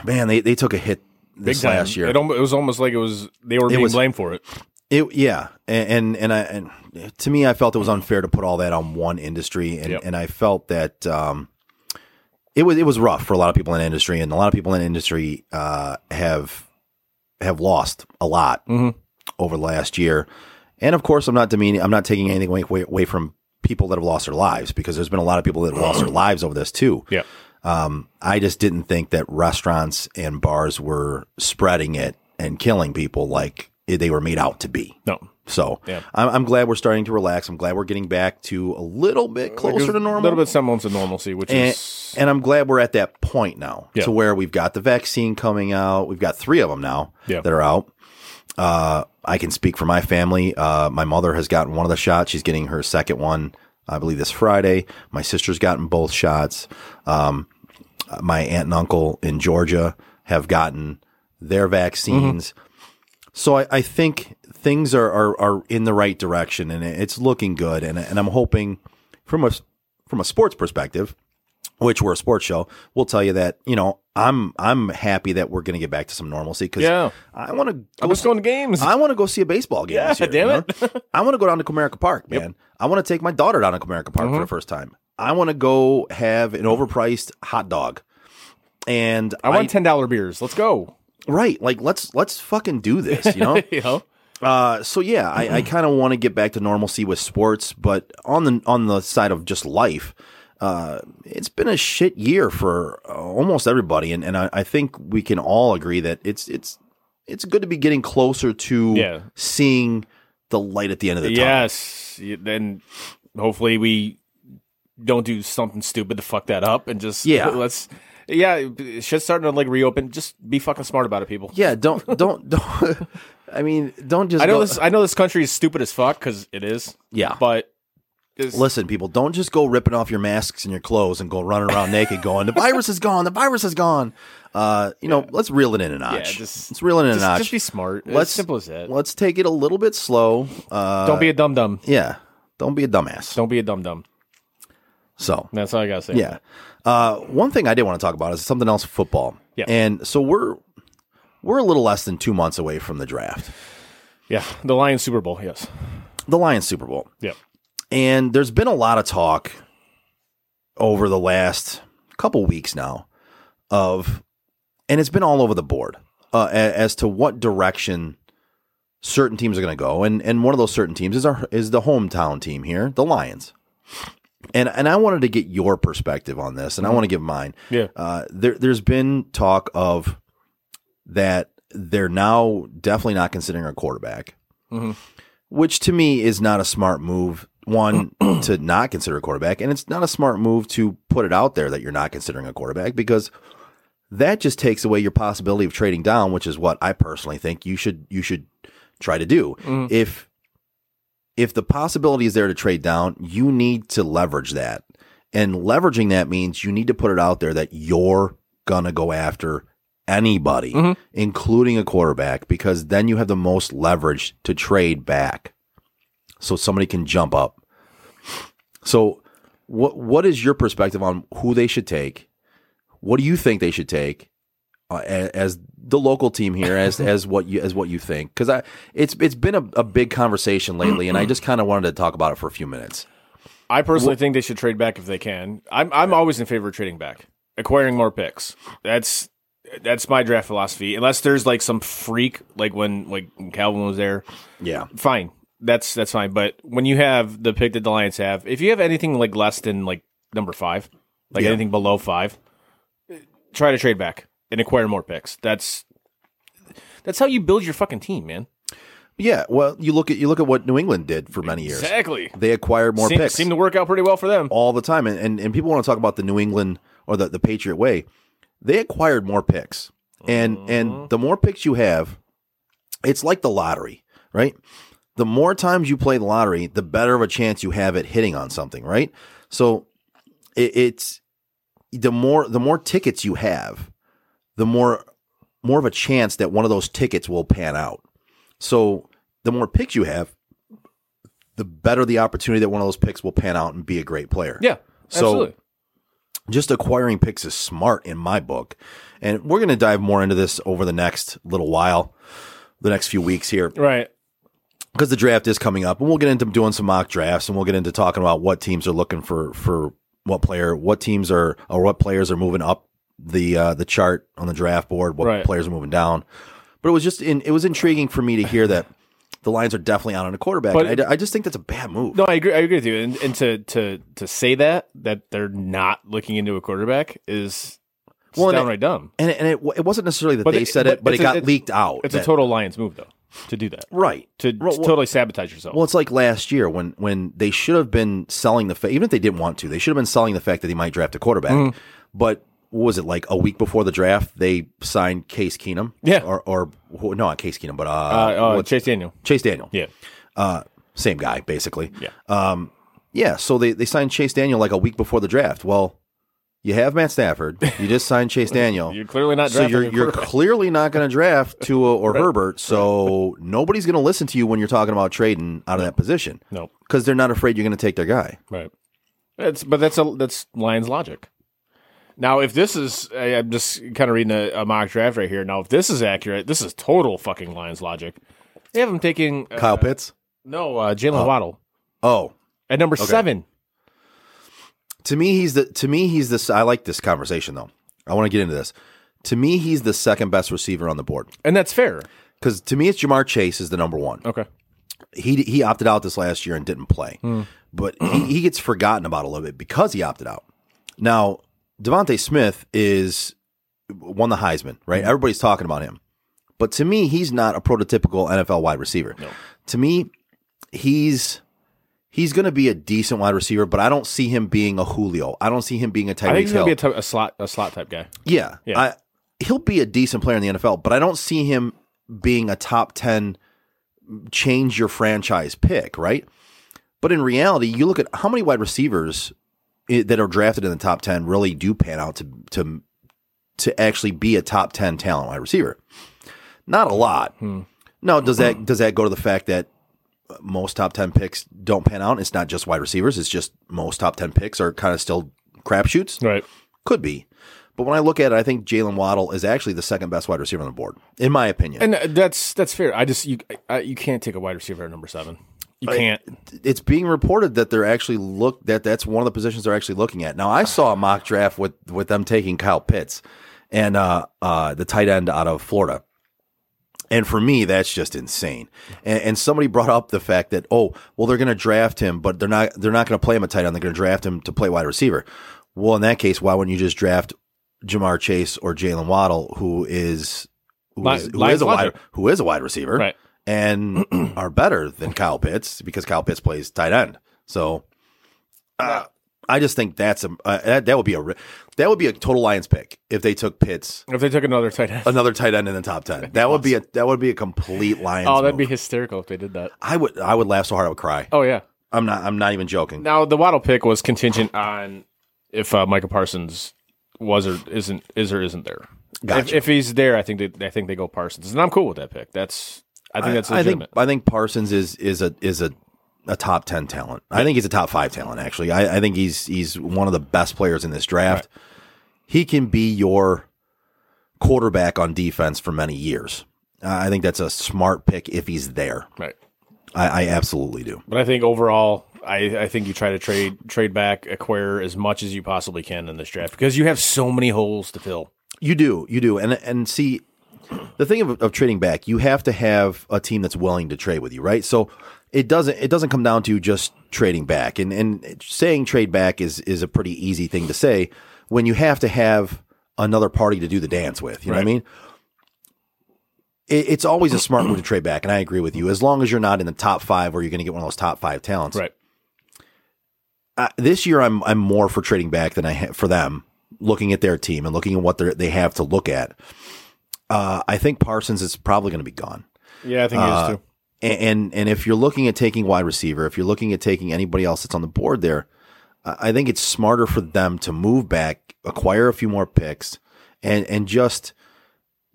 S12: man, they, they took a hit this
S7: time.
S12: last year.
S7: It, almo- it was almost like it was they were
S12: It
S7: being
S12: was-
S7: blamed for it.
S12: It yeah, and and, and I and to me, I felt it was unfair to put all that on one industry, and
S7: Yep.
S12: and I felt that um, it was it was rough for a lot of people in the industry, and a lot of people in the industry uh, have have lost a lot over the last year, and of course, I'm not demeaning, I'm not taking anything away, away, away from people that have lost their lives because there's been a lot of people that have lost their lives over this too.
S7: Yeah.
S12: Um, I just didn't think that restaurants and bars were spreading it and killing people like they were made out to be.
S7: No.
S12: So
S7: Yeah.
S12: I'm, I'm glad we're starting to relax. I'm glad we're getting back to a little bit closer to normal.
S7: a Uh, little bit semblance of normalcy, which
S12: and,
S7: is
S12: and I'm glad we're at that point now
S7: Yeah.
S12: to where we've got the vaccine coming out. We've got three of them now
S7: Yeah.
S12: that are out. Uh, I can speak for my family. Uh, my mother has gotten one of the shots. She's getting her second one, I believe, this Friday. My sister's gotten both shots. Um, my aunt and uncle in Georgia have gotten their
S7: Mm-hmm.
S12: vaccines. So I, I think things are, are are in the right direction, and it- it's looking good. And and I'm hoping from a s- from a sports perspective, which we're a sports show, we'll tell you that you know I'm I'm happy that we're going to get back to some normalcy because
S7: Yeah.
S12: I want to.
S7: I'm just going to games.
S12: I want to go see a baseball game.
S7: Yeah,
S12: this year,
S7: damn
S12: you know? I want to go down to Comerica Park, man. I want to take my daughter down to Comerica Park
S7: Mm-hmm.
S12: for the first time. I want to go have an overpriced hot dog, and
S7: I want ten dollar beers. Let's go.
S12: Right, like let's let's fucking do this. You know.
S7: you know?
S12: Uh, so yeah, I, I kind of want to get back to normalcy with sports, but on the on the side of just life, uh, it's been a shit year for uh, almost everybody, and, and I, I think we can all agree that it's it's it's good to be getting closer to
S7: Yeah.
S12: seeing the light at the end of the tunnel.
S7: Yes. Y- Then hopefully we don't do something stupid to fuck that up and just
S12: Yeah.
S7: Let's yeah. Shit's starting to like reopen. Just be fucking smart about it, people.
S12: Yeah, don't don't don't. I mean, don't just.
S7: I know
S12: go-
S7: this. I know this country is stupid as fuck because it is.
S12: Yeah.
S7: But this-
S12: Listen, people, don't just go ripping off your masks and your clothes and go running around naked going, the virus is gone, the virus is gone. Uh, you know, let's reel it in a notch.
S7: just-
S12: let's reel it in
S7: just-
S12: a notch.
S7: just be smart. As simple as that.
S12: Let's take it a little bit slow. Uh,
S7: don't be a dumb dumb.
S12: yeah. Don't be a dumbass.
S7: Don't be a dumb dumb.
S12: So
S7: That's all I gotta say.
S12: yeah. Uh, one thing I did want to talk about is something else football.
S7: Yeah.
S12: And so we're we're a little less than two months away from the draft.
S7: Yeah, the Lions Super Bowl. Yes,
S12: the Lions Super Bowl.
S7: Yep.
S12: And there's been a lot of talk over the last couple weeks now of, and it's been all over the board uh, a- as to what direction certain teams are going to go, and and one of those certain teams is our is the hometown team here, the Lions. And and I wanted to get your perspective on this, and I want to give mine.
S7: Mm-hmm. Yeah.
S12: Uh, there there's been talk of that they're now definitely not considering a quarterback
S7: Mm-hmm.
S12: which to me is not a smart move. One to not consider a quarterback, and it's not a smart move to put it out there that you're not considering a quarterback because that just takes away your possibility of trading down, which is what I personally think you should you should try to do.
S7: Mhm.
S12: If if the possibility is there to trade down, you need to leverage that. And leveraging that means you need to put it out there that you're gonna go after anybody, including a quarterback, because then you have the most leverage to trade back. So somebody can jump up. So what what is your perspective on who they should take? What do you think they should take uh, as, as the local team here as as what you as what you think? Cuz I it's it's been a, a big conversation lately and I just kind of wanted to talk about it for a few minutes.
S7: I personally
S12: Wh-
S7: think they should trade back if they can. I'm I'm always in favor of trading back, acquiring more picks. That's that's my draft philosophy. Unless there's like some freak, like when like when Calvin was there.
S12: Yeah,
S7: fine. That's that's fine. But when you have the pick that the Lions have, if you have anything like less than like number five, like
S12: Yeah.
S7: anything below five, try to trade back and acquire more picks. That's that's how you build your fucking team, man.
S12: Yeah, well, you look at you look at what New England did for many years.
S7: Exactly.
S12: They acquired more
S7: Seem-
S12: picks.
S7: seem to work out pretty well for them
S12: all the time. And, and and people want to talk about the New England or the the Patriot way. They acquired more picks, and and the more picks you have, it's like the lottery, right? The more times you play the lottery, the better of a chance you have at hitting on something, right? So it, it's the more the more tickets you have, the more more of a chance that one of those tickets will pan out. So the more picks you have, the better the opportunity that one of those picks will pan out and be a great player.
S7: Yeah,
S12: So
S7: absolutely.
S12: just acquiring picks is smart in my book. And we're going to dive more into this over the next little while, the next few weeks here.
S7: Right.
S12: Because the draft is coming up and we'll get into doing some mock drafts and we'll get into talking about what teams are looking for for what player, what teams are or what players are moving up the uh, the chart on the draft board, what
S7: Right.
S12: players are moving down. But it was just in, it was intriguing for me to hear that the Lions are definitely out on a quarterback.
S7: But-
S12: and I, I just think that's a bad move.
S7: No, I agree. I agree with you. And, and to to to say that that they're not looking into a quarterback is just
S12: Well, and it-
S7: downright dumb.
S12: And, and it, it wasn't necessarily that they
S7: it-
S12: said it, but
S7: it's
S12: it
S7: a-
S12: got leaked out.
S7: It's a
S12: that-
S7: total Lions move, though, to do that.
S12: Right.
S7: To,
S12: Well,
S7: to
S12: well-
S7: totally sabotage yourself.
S12: Well, it's like last year when when they should have been selling the fact, even if they didn't want to, they should have been selling the fact that they might draft a quarterback.
S7: Mhm.
S12: But what was it like a week before the draft they signed Case Keenum?
S7: Yeah.
S12: or or who- no, not Case Keenum, but uh,
S7: Uh, uh,
S12: what-
S7: Chase Daniel.
S12: Chase Daniel.
S7: Yeah,
S12: uh, same guy basically.
S7: Yeah.
S12: Um, yeah. So they they signed Chase Daniel like a week before the draft. Well. You have Matt Stafford. You just signed Chase Daniel.
S7: You're clearly not
S12: So
S7: drafting
S12: you're
S7: a
S12: you're
S7: quarterback.
S12: clearly not going to draft Tua or Herbert. So nobody's going to listen to you when you're talking about trading out of that position.
S7: No.
S12: because they're not afraid you're going to take their guy.
S7: Right. That's but that's a that's Lions logic. Now, if this is, I, I'm just kind of reading a, a mock draft right here. Now, if this is accurate, this is total fucking Lions logic. They have him taking uh,
S12: Kyle Pitts.
S7: No, uh, Jalen Waddle
S12: Oh,
S7: at number
S12: Uh-huh. Okay.
S7: seven.
S12: to me he's the to me he's this. I like this conversation though. I want to get into this. To me, he's the second best receiver on the board,
S7: and that's fair.
S12: Because to me, it's Jamar Chase is the number one.
S7: Okay,
S12: he he opted out this last year and didn't play.
S7: Hmm.
S12: but he, he gets forgotten about a little bit because he opted out. Now, Devontae Smith is won the Heisman, right?
S7: Hmm.
S12: Everybody's talking about him. But to me, he's not a prototypical NFL wide receiver. To me, he's he's going to be a decent wide receiver, but I don't see him being a Julio. I don't see him being a
S7: I think
S12: Tyreek
S7: he's gonna
S12: Hill.
S7: be a, t- a slot a slot type guy.
S12: Yeah.
S7: Yeah.
S12: I, he'll be a decent player in the NFL, but I don't see him being a top 10 change your franchise pick, right? But in reality, you look at how many wide receivers i- that are drafted in the top 10 really do pan out to to to actually be a top 10 talent wide receiver. Not a lot. Now, does that does that go to the fact that most top 10 picks don't pan out? It's not just wide receivers, it's just most top 10 picks are kind of still crapshoots.
S7: Right.
S12: Could be. But when I look at it, I think Jalen Waddle is actually the second best wide receiver on the board, in my opinion.
S7: And uh, that's that's fair. I just you I, you can't take a wide receiver at number seven. You
S12: I-
S7: can't.
S12: It's being reported that they're actually look that that's one of the positions they're actually looking at. Now I saw a mock draft with with them taking Kyle Pitts and uh, uh, the tight end out of Florida. And for me, that's just insane. And, and somebody brought up the fact that oh, well, they're going to draft him, but they're not they're not going to play him a tight end. They're going to draft him to play wide receiver. Well, in that case, why wouldn't you just draft Jamar Chase or Jalen Waddle, who is who
S7: Li-
S12: is, who
S7: Lions
S12: is a wide
S7: logic.
S12: who is a wide receiver,
S7: Right.
S12: And are better than Kyle Pitts because Kyle Pitts plays tight end. So uh, I just think that's a uh, that, that would be a ri- that would be a total Lions pick if they took Pitts
S7: if they took another tight end
S12: another tight end in the top ten. That would be a that would be a complete Lions.
S7: Oh, that'd
S12: move.
S7: be hysterical if they did that.
S12: I would I would laugh so hard I would cry.
S7: Oh yeah.
S12: I'm not I'm not even joking.
S7: Now the Waddle pick was contingent on if uh, Michael Parsons was or isn't is or isn't there. If,
S12: Gotcha.
S7: if he's there, I think they, I think they go Parsons, and I'm cool with that pick. That's I think that's
S12: I think
S7: legitimate.
S12: I think Parsons is is a is a a top ten talent. I think he's a top five talent. Actually, I, I think he's he's one of the best players in this draft. He can be your quarterback on defense for many years. Uh, I think that's a smart pick if he's there.
S7: Right.
S12: I, I absolutely do.
S7: but I think overall, I, I think you try to trade trade back, acquire as much as you possibly can in this draft because you have so many holes to fill.
S12: You do, you do, and and see, the thing of, of trading back, you have to have a team that's willing to trade with you, right? So it doesn't it doesn't come down to just trading back, and and saying trade back is is a pretty easy thing to say when you have to have another party to do the dance with. You know what I mean? It, it's always a smart move to trade back, and I agree with you. As long as you're not in the top five, where you're going to get one of those top five talents,
S7: right?
S12: uh, this year I'm I'm more for trading back than I ha- for them looking at their team and looking at what they they have to look at. Uh, I think Parsons is probably going to be gone.
S7: Yeah, I think he
S12: Uh,
S7: is too.
S12: And, and and if you're looking at taking wide receiver, if you're looking at taking anybody else that's on the board there, I I think it's smarter for them to move back, acquire a few more picks, and and just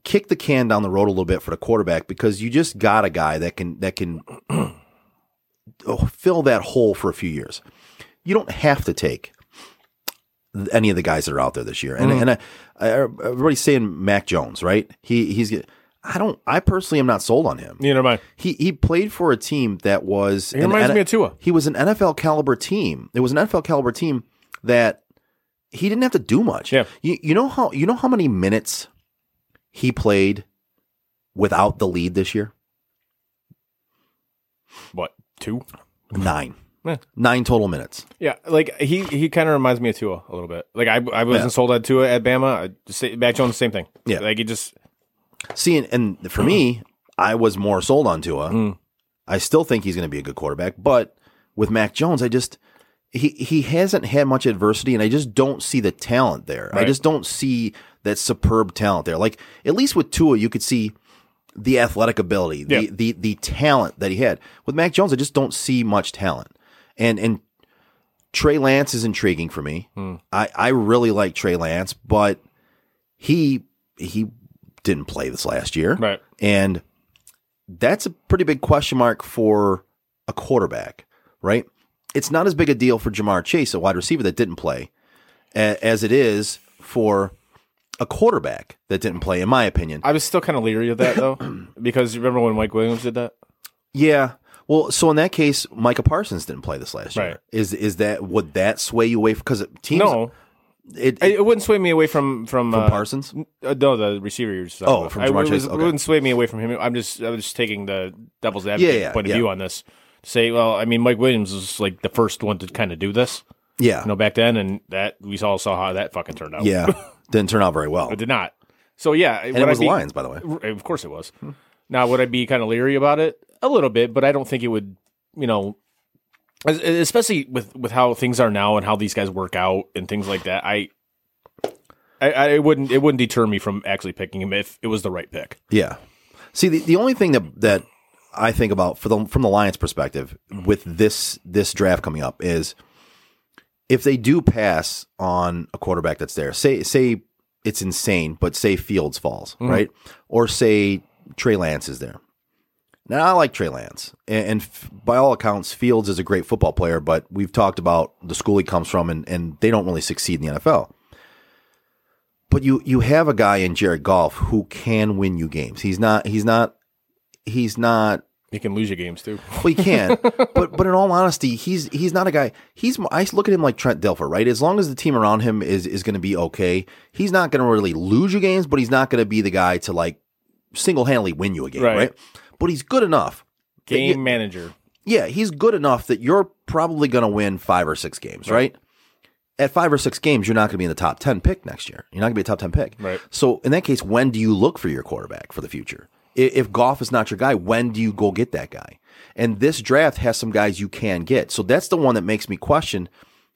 S12: kick the can down the road a little bit for the quarterback because you just got a guy that can that can fill that hole for a few years. You don't have to take any of the guys that are out there this year. And
S7: Mhm.
S12: and I, I, everybody's saying Mac Jones, right? He he's get- I don't I personally am not sold on him.
S7: Neither am I.
S12: He he played for a team that was
S7: He reminds
S12: an-
S7: me of Tua.
S12: He was an NFL caliber team. It was an NFL caliber team that he didn't have to do much. Yeah. You you know how you know how many minutes he played without the lead this year?
S7: What two?
S12: Nine.
S7: Yeah.
S12: Nine total minutes.
S7: Yeah, like he he kind of reminds me of Tua a little bit. Like I I wasn't
S12: Yeah.
S7: sold on Tua at Bama. I, say- Mac Jones, same thing.
S12: Yeah.
S7: like he just
S12: See, and, and for me, I was more sold on Tua.
S7: Mm.
S12: I still think he's going to be a good quarterback, but with Mac Jones, I just he he hasn't had much adversity, and I just don't see the talent there. I
S7: Right.
S12: just don't see that superb talent there. Like at least with Tua, you could see the athletic ability,
S7: Yeah.
S12: the the the talent that he had. With Mac Jones, I just don't see much talent, and and Trey Lance is intriguing for me.
S7: Mm.
S12: I, I really like Trey Lance, but he he didn't play this last year.
S7: Right.
S12: And that's a pretty big question mark for a quarterback, right? It's not as big a deal for Jamar Chase, a wide receiver that didn't play, a- as it is for a quarterback that didn't play, in my opinion.
S7: I was still kind of leery of that though because you remember when Mike Williams did that?
S12: Yeah. Well, so in that case, Micah Parsons didn't play this last year.
S7: Right.
S12: Is is that would that sway you away because teams?
S7: No.
S12: it,
S7: it, wouldn't sway me away from from,
S12: From
S7: uh,
S12: Parsons.
S7: Uh, no, the receiver you're just talking
S12: Oh,
S7: about.
S12: from
S7: I- it
S12: Jamar
S7: was-
S12: Chase,
S7: It
S12: okay.
S7: wouldn't sway me away from him. I'm just I was just taking the devil's advocate
S12: Yeah, yeah,
S7: point of
S12: yeah.
S7: view on this. To say, well, I mean, Mike Williams was like the first one to kind of do this.
S12: Yeah.
S7: you know, back then, and that we all saw how that fucking turned out.
S12: Yeah, didn't turn out very well.
S7: it did not. So yeah,
S12: And
S7: would
S12: it
S7: I
S12: was
S7: be-
S12: Lions, by the way.
S7: R- Of course it was. Now would I be kind of leery about it? A little bit, but I don't think it would. You know, es- e, especially with with how things are now and how these guys work out and things like that. I, I, I it wouldn't it wouldn't deter me from actually picking him if it was the right pick.
S12: Yeah. See, the, the only thing that that I think about for the from the Lions' perspective with this this draft coming up is if they do pass on a quarterback that's there. Say say it's insane, but say Fields falls
S7: Mhm.
S12: right, or say Trey Lance is there. Now I like Trey Lance, and, and f- by all accounts, Fields is a great football player. But we've talked about the school he comes from, and and they don't really succeed in the NFL. But you you have a guy in Jared Goff who can win you games. He's not he's not he's not
S7: he can lose you games too.
S12: Well, he can, but but in all honesty, he's he's not a guy. He's I look at him like Trent Dilfer, right? As long as the team around him is is going to be okay, he's not going to really lose you games, but he's not going to be the guy to like single handedly win you a game,
S7: Right.
S12: right? But he's good enough. that
S7: Game
S12: you-
S7: manager.
S12: yeah, he's good enough that you're probably going to win five or six games, right? At five or six games, you're not going to be in the top 10 pick next year. You're not going to be a top 10 pick. Right. So, in that case, when do you look for your quarterback for the future? I- If golf is not your guy, when do you go get that guy? And this draft has some guys you can get. So, that's the one that makes me question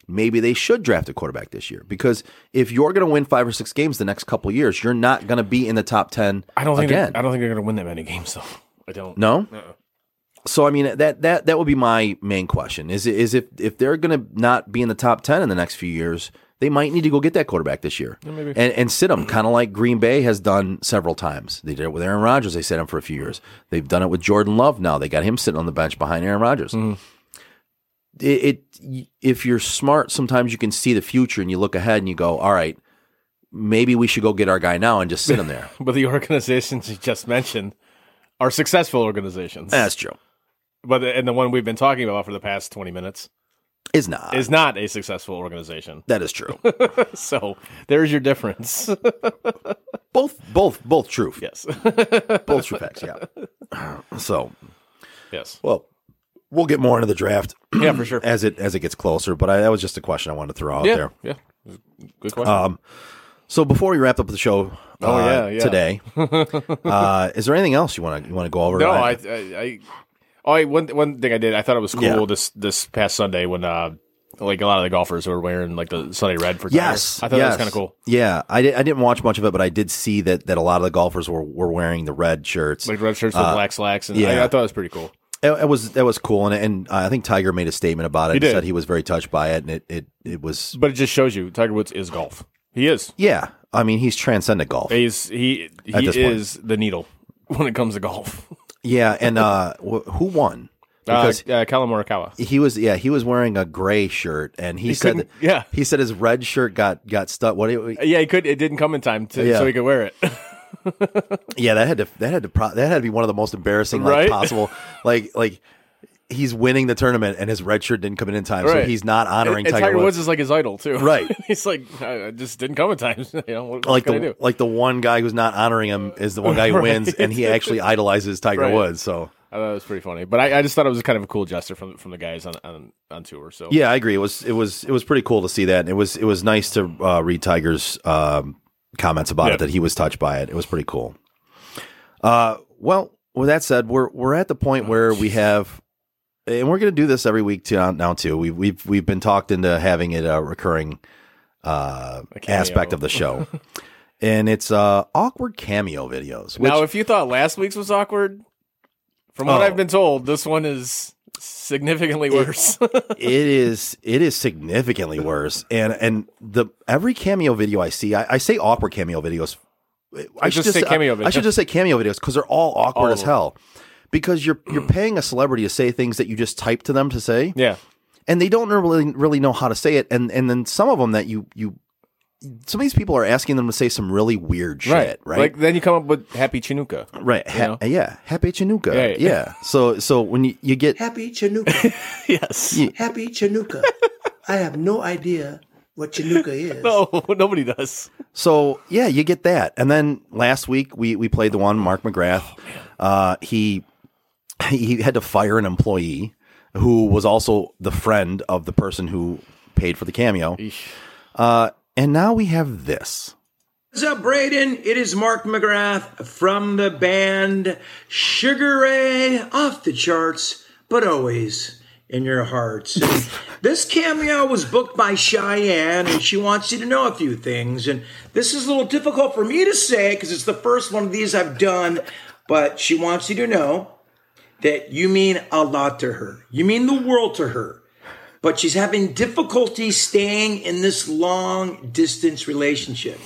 S12: maybe they should draft a quarterback this year because if you're going to win five or six games the next couple years, you're not going to be in the top 10
S7: I don't think
S12: again.
S7: they're- I don't think they're going to win that many games though. I don't.
S12: No?
S7: Uh-uh.
S12: So I mean that that that would be my main question is is if if they're going to not be in the top 10 in the next few years, they might need to go get that quarterback this year.
S7: Yeah, maybe.
S12: And and sit him kind of like Green Bay has done several times. They did it with Aaron Rodgers, they sit him for a few years. They've done it with Jordan Love now. They got him sitting on the bench behind Aaron Rodgers.
S7: Mm-hmm.
S12: It, it if you're smart, sometimes you can see the future and you look ahead and you go, "All right, maybe we should go get our guy now and just sit him there."
S7: but the organizations you just mentioned are successful organizations.
S12: That's true.
S7: But the- and the one we've been talking about for the past twenty minutes
S12: is not
S7: is not a successful organization.
S12: That is true.
S7: so there's your difference.
S12: both both both true.
S7: Yes.
S12: both true facts, yeah. So,
S7: yes.
S12: Well, we'll get more into the draft.
S7: Yeah, for sure.
S12: As it as it gets closer, but I, that was just a question I wanted to throw out
S7: yeah.
S12: there.
S7: Yeah. Good question.
S12: Um, so before we wrap up the show,
S7: Oh,
S12: uh,
S7: yeah, yeah.
S12: today, uh, is there anything else you want to you want to go over?
S7: No, I, I, I, oh, I, one one thing I did, I thought it was cool
S12: Yeah.
S7: this this past Sunday when uh, like a lot of the golfers were wearing like the Sunday red for
S12: yes,
S7: Tigers. I thought that was
S12: yes.
S7: kind of cool,
S12: Yeah, I did, I didn't watch much of it, but I did see that that a lot of the golfers were, were wearing the red shirts,
S7: like red shirts with
S12: Uh,
S7: black slacks, and
S12: yeah.
S7: I, I thought it was pretty cool.
S12: It, it was that was cool, and and uh, I think Tiger made a statement about it.
S7: He
S12: and
S7: did.
S12: said he was very touched by it, and it it, it was.
S7: But it just shows you Tiger Woods is golf. He is.
S12: Yeah, I mean he's transcendent golf.
S7: He's he
S12: At
S7: he
S12: this point.
S7: is the needle when it comes to golf.
S12: Yeah, and uh, wh- who won? Because
S7: uh, uh, Colin Morikawa.
S12: he was yeah he was wearing a gray shirt, and he,
S7: He
S12: said
S7: couldn't- yeah.
S12: he said his red shirt got got stuck. What? do you-
S7: Yeah, he could. It didn't come in time, to,
S12: Yeah.
S7: so he could wear it.
S12: Yeah, that had to that had to pro- that had to be one of the most embarrassing like,
S7: Right?
S12: possible. Like like he's winning the tournament, and his red shirt didn't come in in time, so
S7: Right.
S12: he's not honoring
S7: And- and
S12: Tiger, Woods.
S7: is like his idol too.
S12: Right.
S7: he's like, I I just didn't come in time. you know, what, what
S12: like
S7: can I
S12: the
S7: do?
S12: like the one guy who's not honoring him is the one guy who
S7: Right.
S12: wins, and he actually idolizes Tiger
S7: Right.
S12: Woods. So
S7: I thought it was pretty funny, but I, I just thought it was kind of a cool gesture from from the guys on on, on tour. So
S12: Yeah, I agree. It was it was it was pretty cool to see that. And it was it was nice to uh, read Tiger's um, comments about
S7: Yeah.
S12: it that he was touched by it. It was pretty cool. Uh, well, with that said, we're we're at the point
S7: Oh,
S12: where we have, and we're going to do this every week too, now too. We've we've we've been talked into having it a recurring uh, aspect of the show, and it's uh, awkward cameo videos. Which,
S7: now, if you thought last week's was awkward, from what
S12: Oh.
S7: I've been told, this one is significantly worse.
S12: it is it is significantly worse. And and the every cameo video I see, I, I say awkward cameo videos. I
S7: Just say cameo
S12: I, I should
S7: videos.
S12: just say cameo videos because they're all awkward
S7: All of
S12: as
S7: them.
S12: hell. Because you're you're paying a celebrity to say things that you just type to them to say.
S7: Yeah.
S12: And they don't really really know how to say it. And and then some of them that you you some of these people are asking them to say some really weird shit, right?
S7: Like then you come up with Happy Chinooka.
S12: Right. Ha- yeah. Happy Chinooka.
S7: Yeah.
S12: Yeah. So so when you, you get
S6: Happy Chinooka.
S7: yes.
S6: Happy Chinooka. I have no idea what Chinooka is.
S7: No, nobody does.
S12: So yeah, you get that. And then last week we we played the one Mark McGrath. uh, he he had to fire an employee who was also the friend of the person who paid for the cameo. Uh, and now we have this.
S10: What's up, Braden? It is Mark McGrath from the band Sugar Ray, off the charts, but always in your hearts. And this cameo was booked by Cheyenne, and she wants you to know a few things. And this is a little difficult for me to say because it's the first one of these I've done, but she wants you to know that you mean a lot to her. You mean the world to her but she's having difficulty staying in this long distance relationship.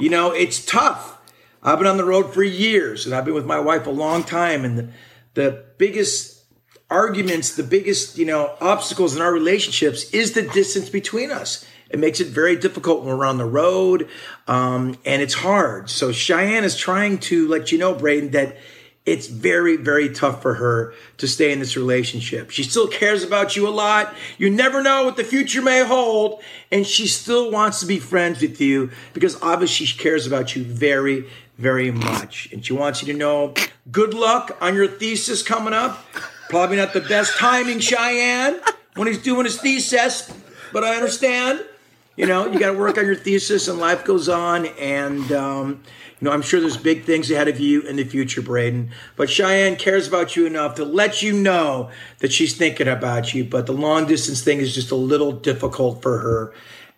S10: You know, it's tough. I've been on the road for years and I've been with my wife a long time, and the, the biggest arguments, the biggest, you know, obstacles in our relationships is the distance between us. It makes it very difficult when we're on the road, um, and it's hard. So Cheyenne is trying to let you know, Braden, that it's very, very tough for her to stay in this relationship. She still cares about you a lot. You never know what the future may hold. And she still wants to be friends with you because obviously she cares about you very, very much. And she wants you to know good luck on your thesis coming up. Probably not the best timing, Cheyenne, when he's doing his thesis, but I understand. You know, you got to work on your thesis, and life goes on. And um, you know, I'm sure there's big things ahead of you in the future, Braden. But Cheyenne cares about you enough to let you know that she's thinking about you. But the long distance thing is just a little difficult for her.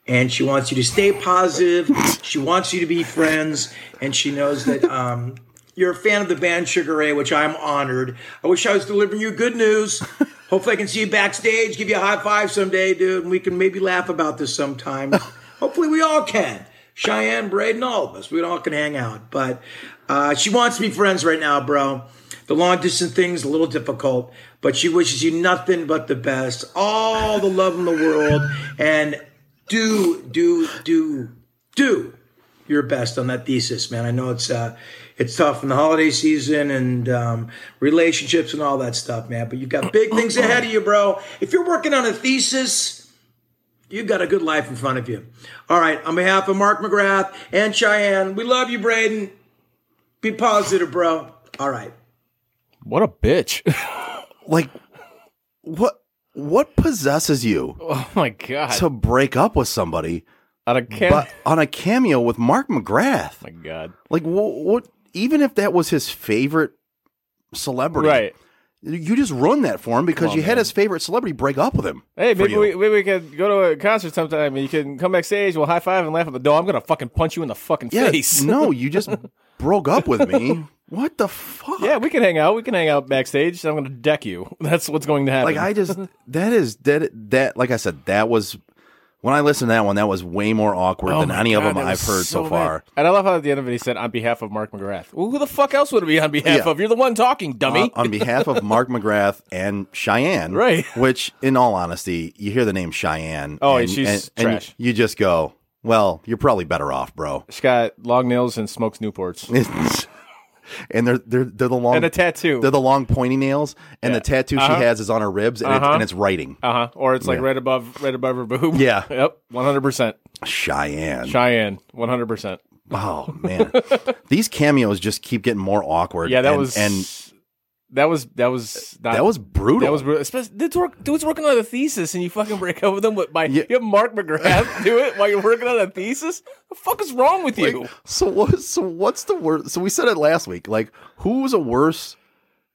S10: And she wants you to stay positive. She wants you to be friends. And she knows that um, you're a fan of the band Sugar Ray, which I'm honored. I wish I was delivering you good news. Hopefully, I can see you backstage, give you a high five someday, dude, and we can maybe laugh about this sometime. Hopefully, we all can. Cheyenne, Braden, all of us, we all can hang out. But uh, she wants to be friends right now, bro. The long distance thing's a little difficult, but she wishes you nothing but the best, all the love in the world, and do, do, do, do your best on that thesis, man. I know it's uh, it's tough in the holiday season and um, relationships and all that stuff, man. But you've got big things ahead of you, bro. If you're working on a thesis, you've got a good life in front of you. All right, on behalf of Mark McGrath and Cheyenne, we love you, Braden. Be positive, bro. All right.
S7: What a bitch.
S12: like what what possesses you
S7: Oh my god.
S12: to break up with somebody
S7: on a
S11: cam-
S12: but on a cameo with Mark McGrath?
S7: my god.
S12: Like what, what? Even if that was his favorite celebrity,
S7: Right.
S12: You just run that for him because
S7: on,
S12: you had
S7: man.
S12: his favorite celebrity break up with him.
S7: Hey,
S12: for
S7: maybe
S12: you.
S7: we maybe we can go to a concert sometime and you can come backstage, we'll high five and laugh at the dog. I'm gonna fucking punch you in the fucking
S12: yeah,
S7: face.
S12: no, you just broke up with me. What the fuck?
S7: Yeah, we can hang out. We can hang out backstage. I'm gonna deck you. That's what's going to happen.
S12: Like I just that is that that like I said that was when I listened to that one that was way more awkward
S7: Oh
S12: than
S7: my
S12: any
S7: God,
S12: of them
S7: that
S12: I've
S7: was
S12: heard so,
S7: bad.
S12: far.
S7: And I love how at the end of it he said, "On behalf of Mark McGrath." Well, who the fuck else would it be on behalf
S12: Yeah. Uh,
S7: of? You're the one talking, dummy.
S12: on, on behalf of Mark McGrath and Cheyenne,
S7: Right.
S12: Which, in all honesty, you hear the name Cheyenne.
S7: Oh,
S12: and,
S7: she's
S12: and- and
S7: trash.
S12: you just go, well, you're probably better off, bro.
S7: She's got long nails and smokes Newports
S12: and they're they're they're the long
S7: and a tattoo.
S12: they're the long pointy nails, and the tattoo
S7: Uh-huh.
S12: she has is on her ribs, and,
S7: Uh-huh.
S12: it's, and it's writing.
S7: Uh huh. Or it's like
S12: Yeah.
S7: right above, right above her boob.
S12: Yeah.
S7: Yep. One hundred percent.
S12: Cheyenne.
S7: Cheyenne. One hundred percent.
S12: Oh man, these cameos just keep getting more awkward.
S7: Yeah, that
S12: and-
S7: was
S12: and
S7: that was that was not-
S12: That was brutal.
S7: That was brutal. Especially, dude's, work, dude's working on a thesis, and you fucking break up with him with by you have Mark McGrath do it while you're working on a thesis. The fuck is wrong with you?
S12: So what? So what's the worst? So we said it last week. Like, who's a worse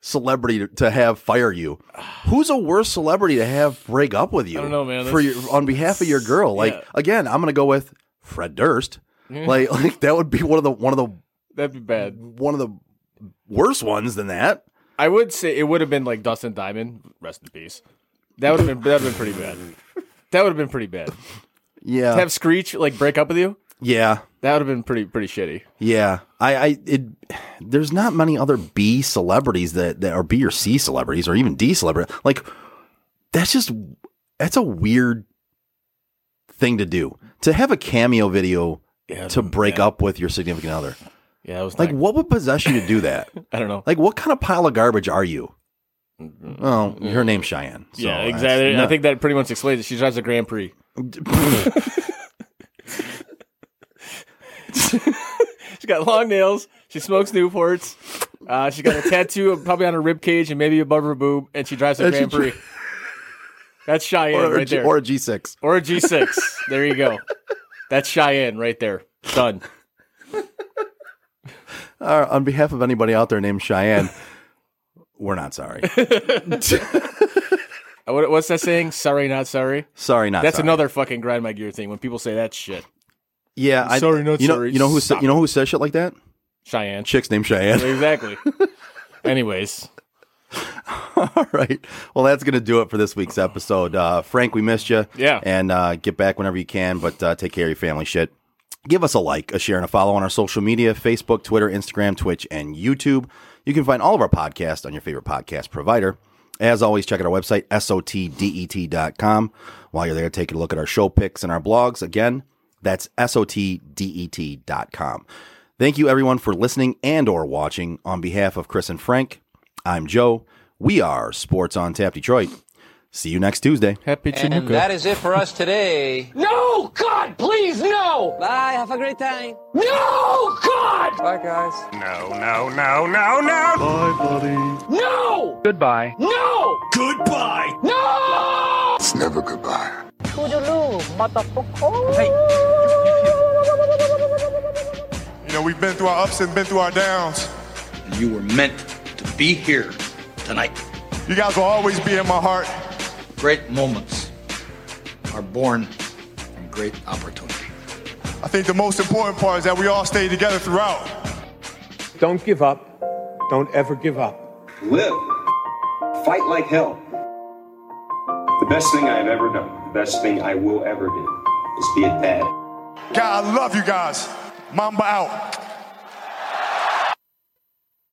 S12: celebrity to, to have fire you? Who's a worse celebrity to have break up with you?
S7: don't know, man.
S12: For your,
S7: That's-
S12: on behalf of your girl, like
S7: yeah.
S12: again, I'm gonna go with Fred Durst.
S7: Yeah.
S12: like, like that would be one of the one of the
S7: That'd be bad.
S12: one of the worse ones than that.
S7: I would say it would have been like Dustin Diamond, rest in peace. That would have been that would have been pretty bad. That would have been pretty bad.
S12: Yeah,
S7: to have Screech like break up with you,
S12: yeah,
S7: that would have been pretty pretty shitty.
S12: yeah. I, I, it. There's not many other B celebrities that that are B or C celebrities or even D celebrity. Like, that's just that's a weird thing to do to have a cameo video
S7: Yeah,
S12: to break up with your significant other.
S7: Yeah, it was
S12: Like,
S7: not-
S12: what would possess you to do that?
S7: I don't know.
S12: like, what kind of pile of garbage are you? Oh, her name's Cheyenne. So
S7: Mm-hmm. yeah,
S12: that's
S7: exactly. I
S12: not-
S7: think that pretty much explains it. She drives a Grand Prix. She's got long nails. She smokes Newports. Uh, she got a tattoo of- probably on her rib cage and maybe above her boob, and she drives a
S12: And she
S7: Grand Prix.
S12: dri-
S7: That's Cheyenne
S12: or, a
S7: right
S12: G-
S7: there,
S12: or a G6.
S7: or a G6. there you go. That's Cheyenne right there. Done.
S12: Uh, on behalf of anybody out there named Cheyenne, we're not sorry.
S7: Uh, what- what's that saying? Sorry, not sorry.
S12: Sorry, not
S7: That's
S12: sorry.
S7: another fucking grind my gear thing when people say that shit.
S12: Yeah, I,
S7: Sorry, not
S12: you know,
S7: sorry.
S12: You know who sa-
S7: Stop
S12: you know who says shit like that?
S7: Cheyenne.
S12: Chicks named Cheyenne.
S7: Exactly. Anyways,
S12: All right. Well, that's going to do it for this week's episode. Uh, Frank, we missed you.
S7: Yeah.
S12: And uh, get back whenever you can, but uh, take care of your family shit. Give us a like, a share, and a follow on our social media Facebook, Twitter, Instagram, Twitch, and YouTube. You can find all of our podcasts on your favorite podcast provider. As always, check out our website, E sotdet.com. While you're there, take a look at our show picks and our blogs. Again, that's E sotdet.com. Thank you everyone for listening and or watching. On behalf of Chris and Frank, I'm Joe. We are Sports on Tap Detroit. See you next Tuesday. Happy
S2: And that is it for us today.
S7: No, God, please, no! Bye, have a great time. No, God! Bye, guys.
S16: No, no, no, no, no. Bye, buddy.
S7: No!
S16: Goodbye.
S7: No! Goodbye! No!
S3: It's never goodbye.
S7: Toodaloo, motherfucker. Hey.
S3: You know, we've been through our ups and been through our downs. You were meant to be here tonight. You guys will always be in my heart. Great moments are born from great opportunity. I think the most important part is that we all stay together throughout.
S7: Don't give up. Don't ever give up.
S17: Live. Fight like hell. The best thing I've ever done, the best thing I will ever do, is be a dad.
S3: God, I love you guys. Mamba out.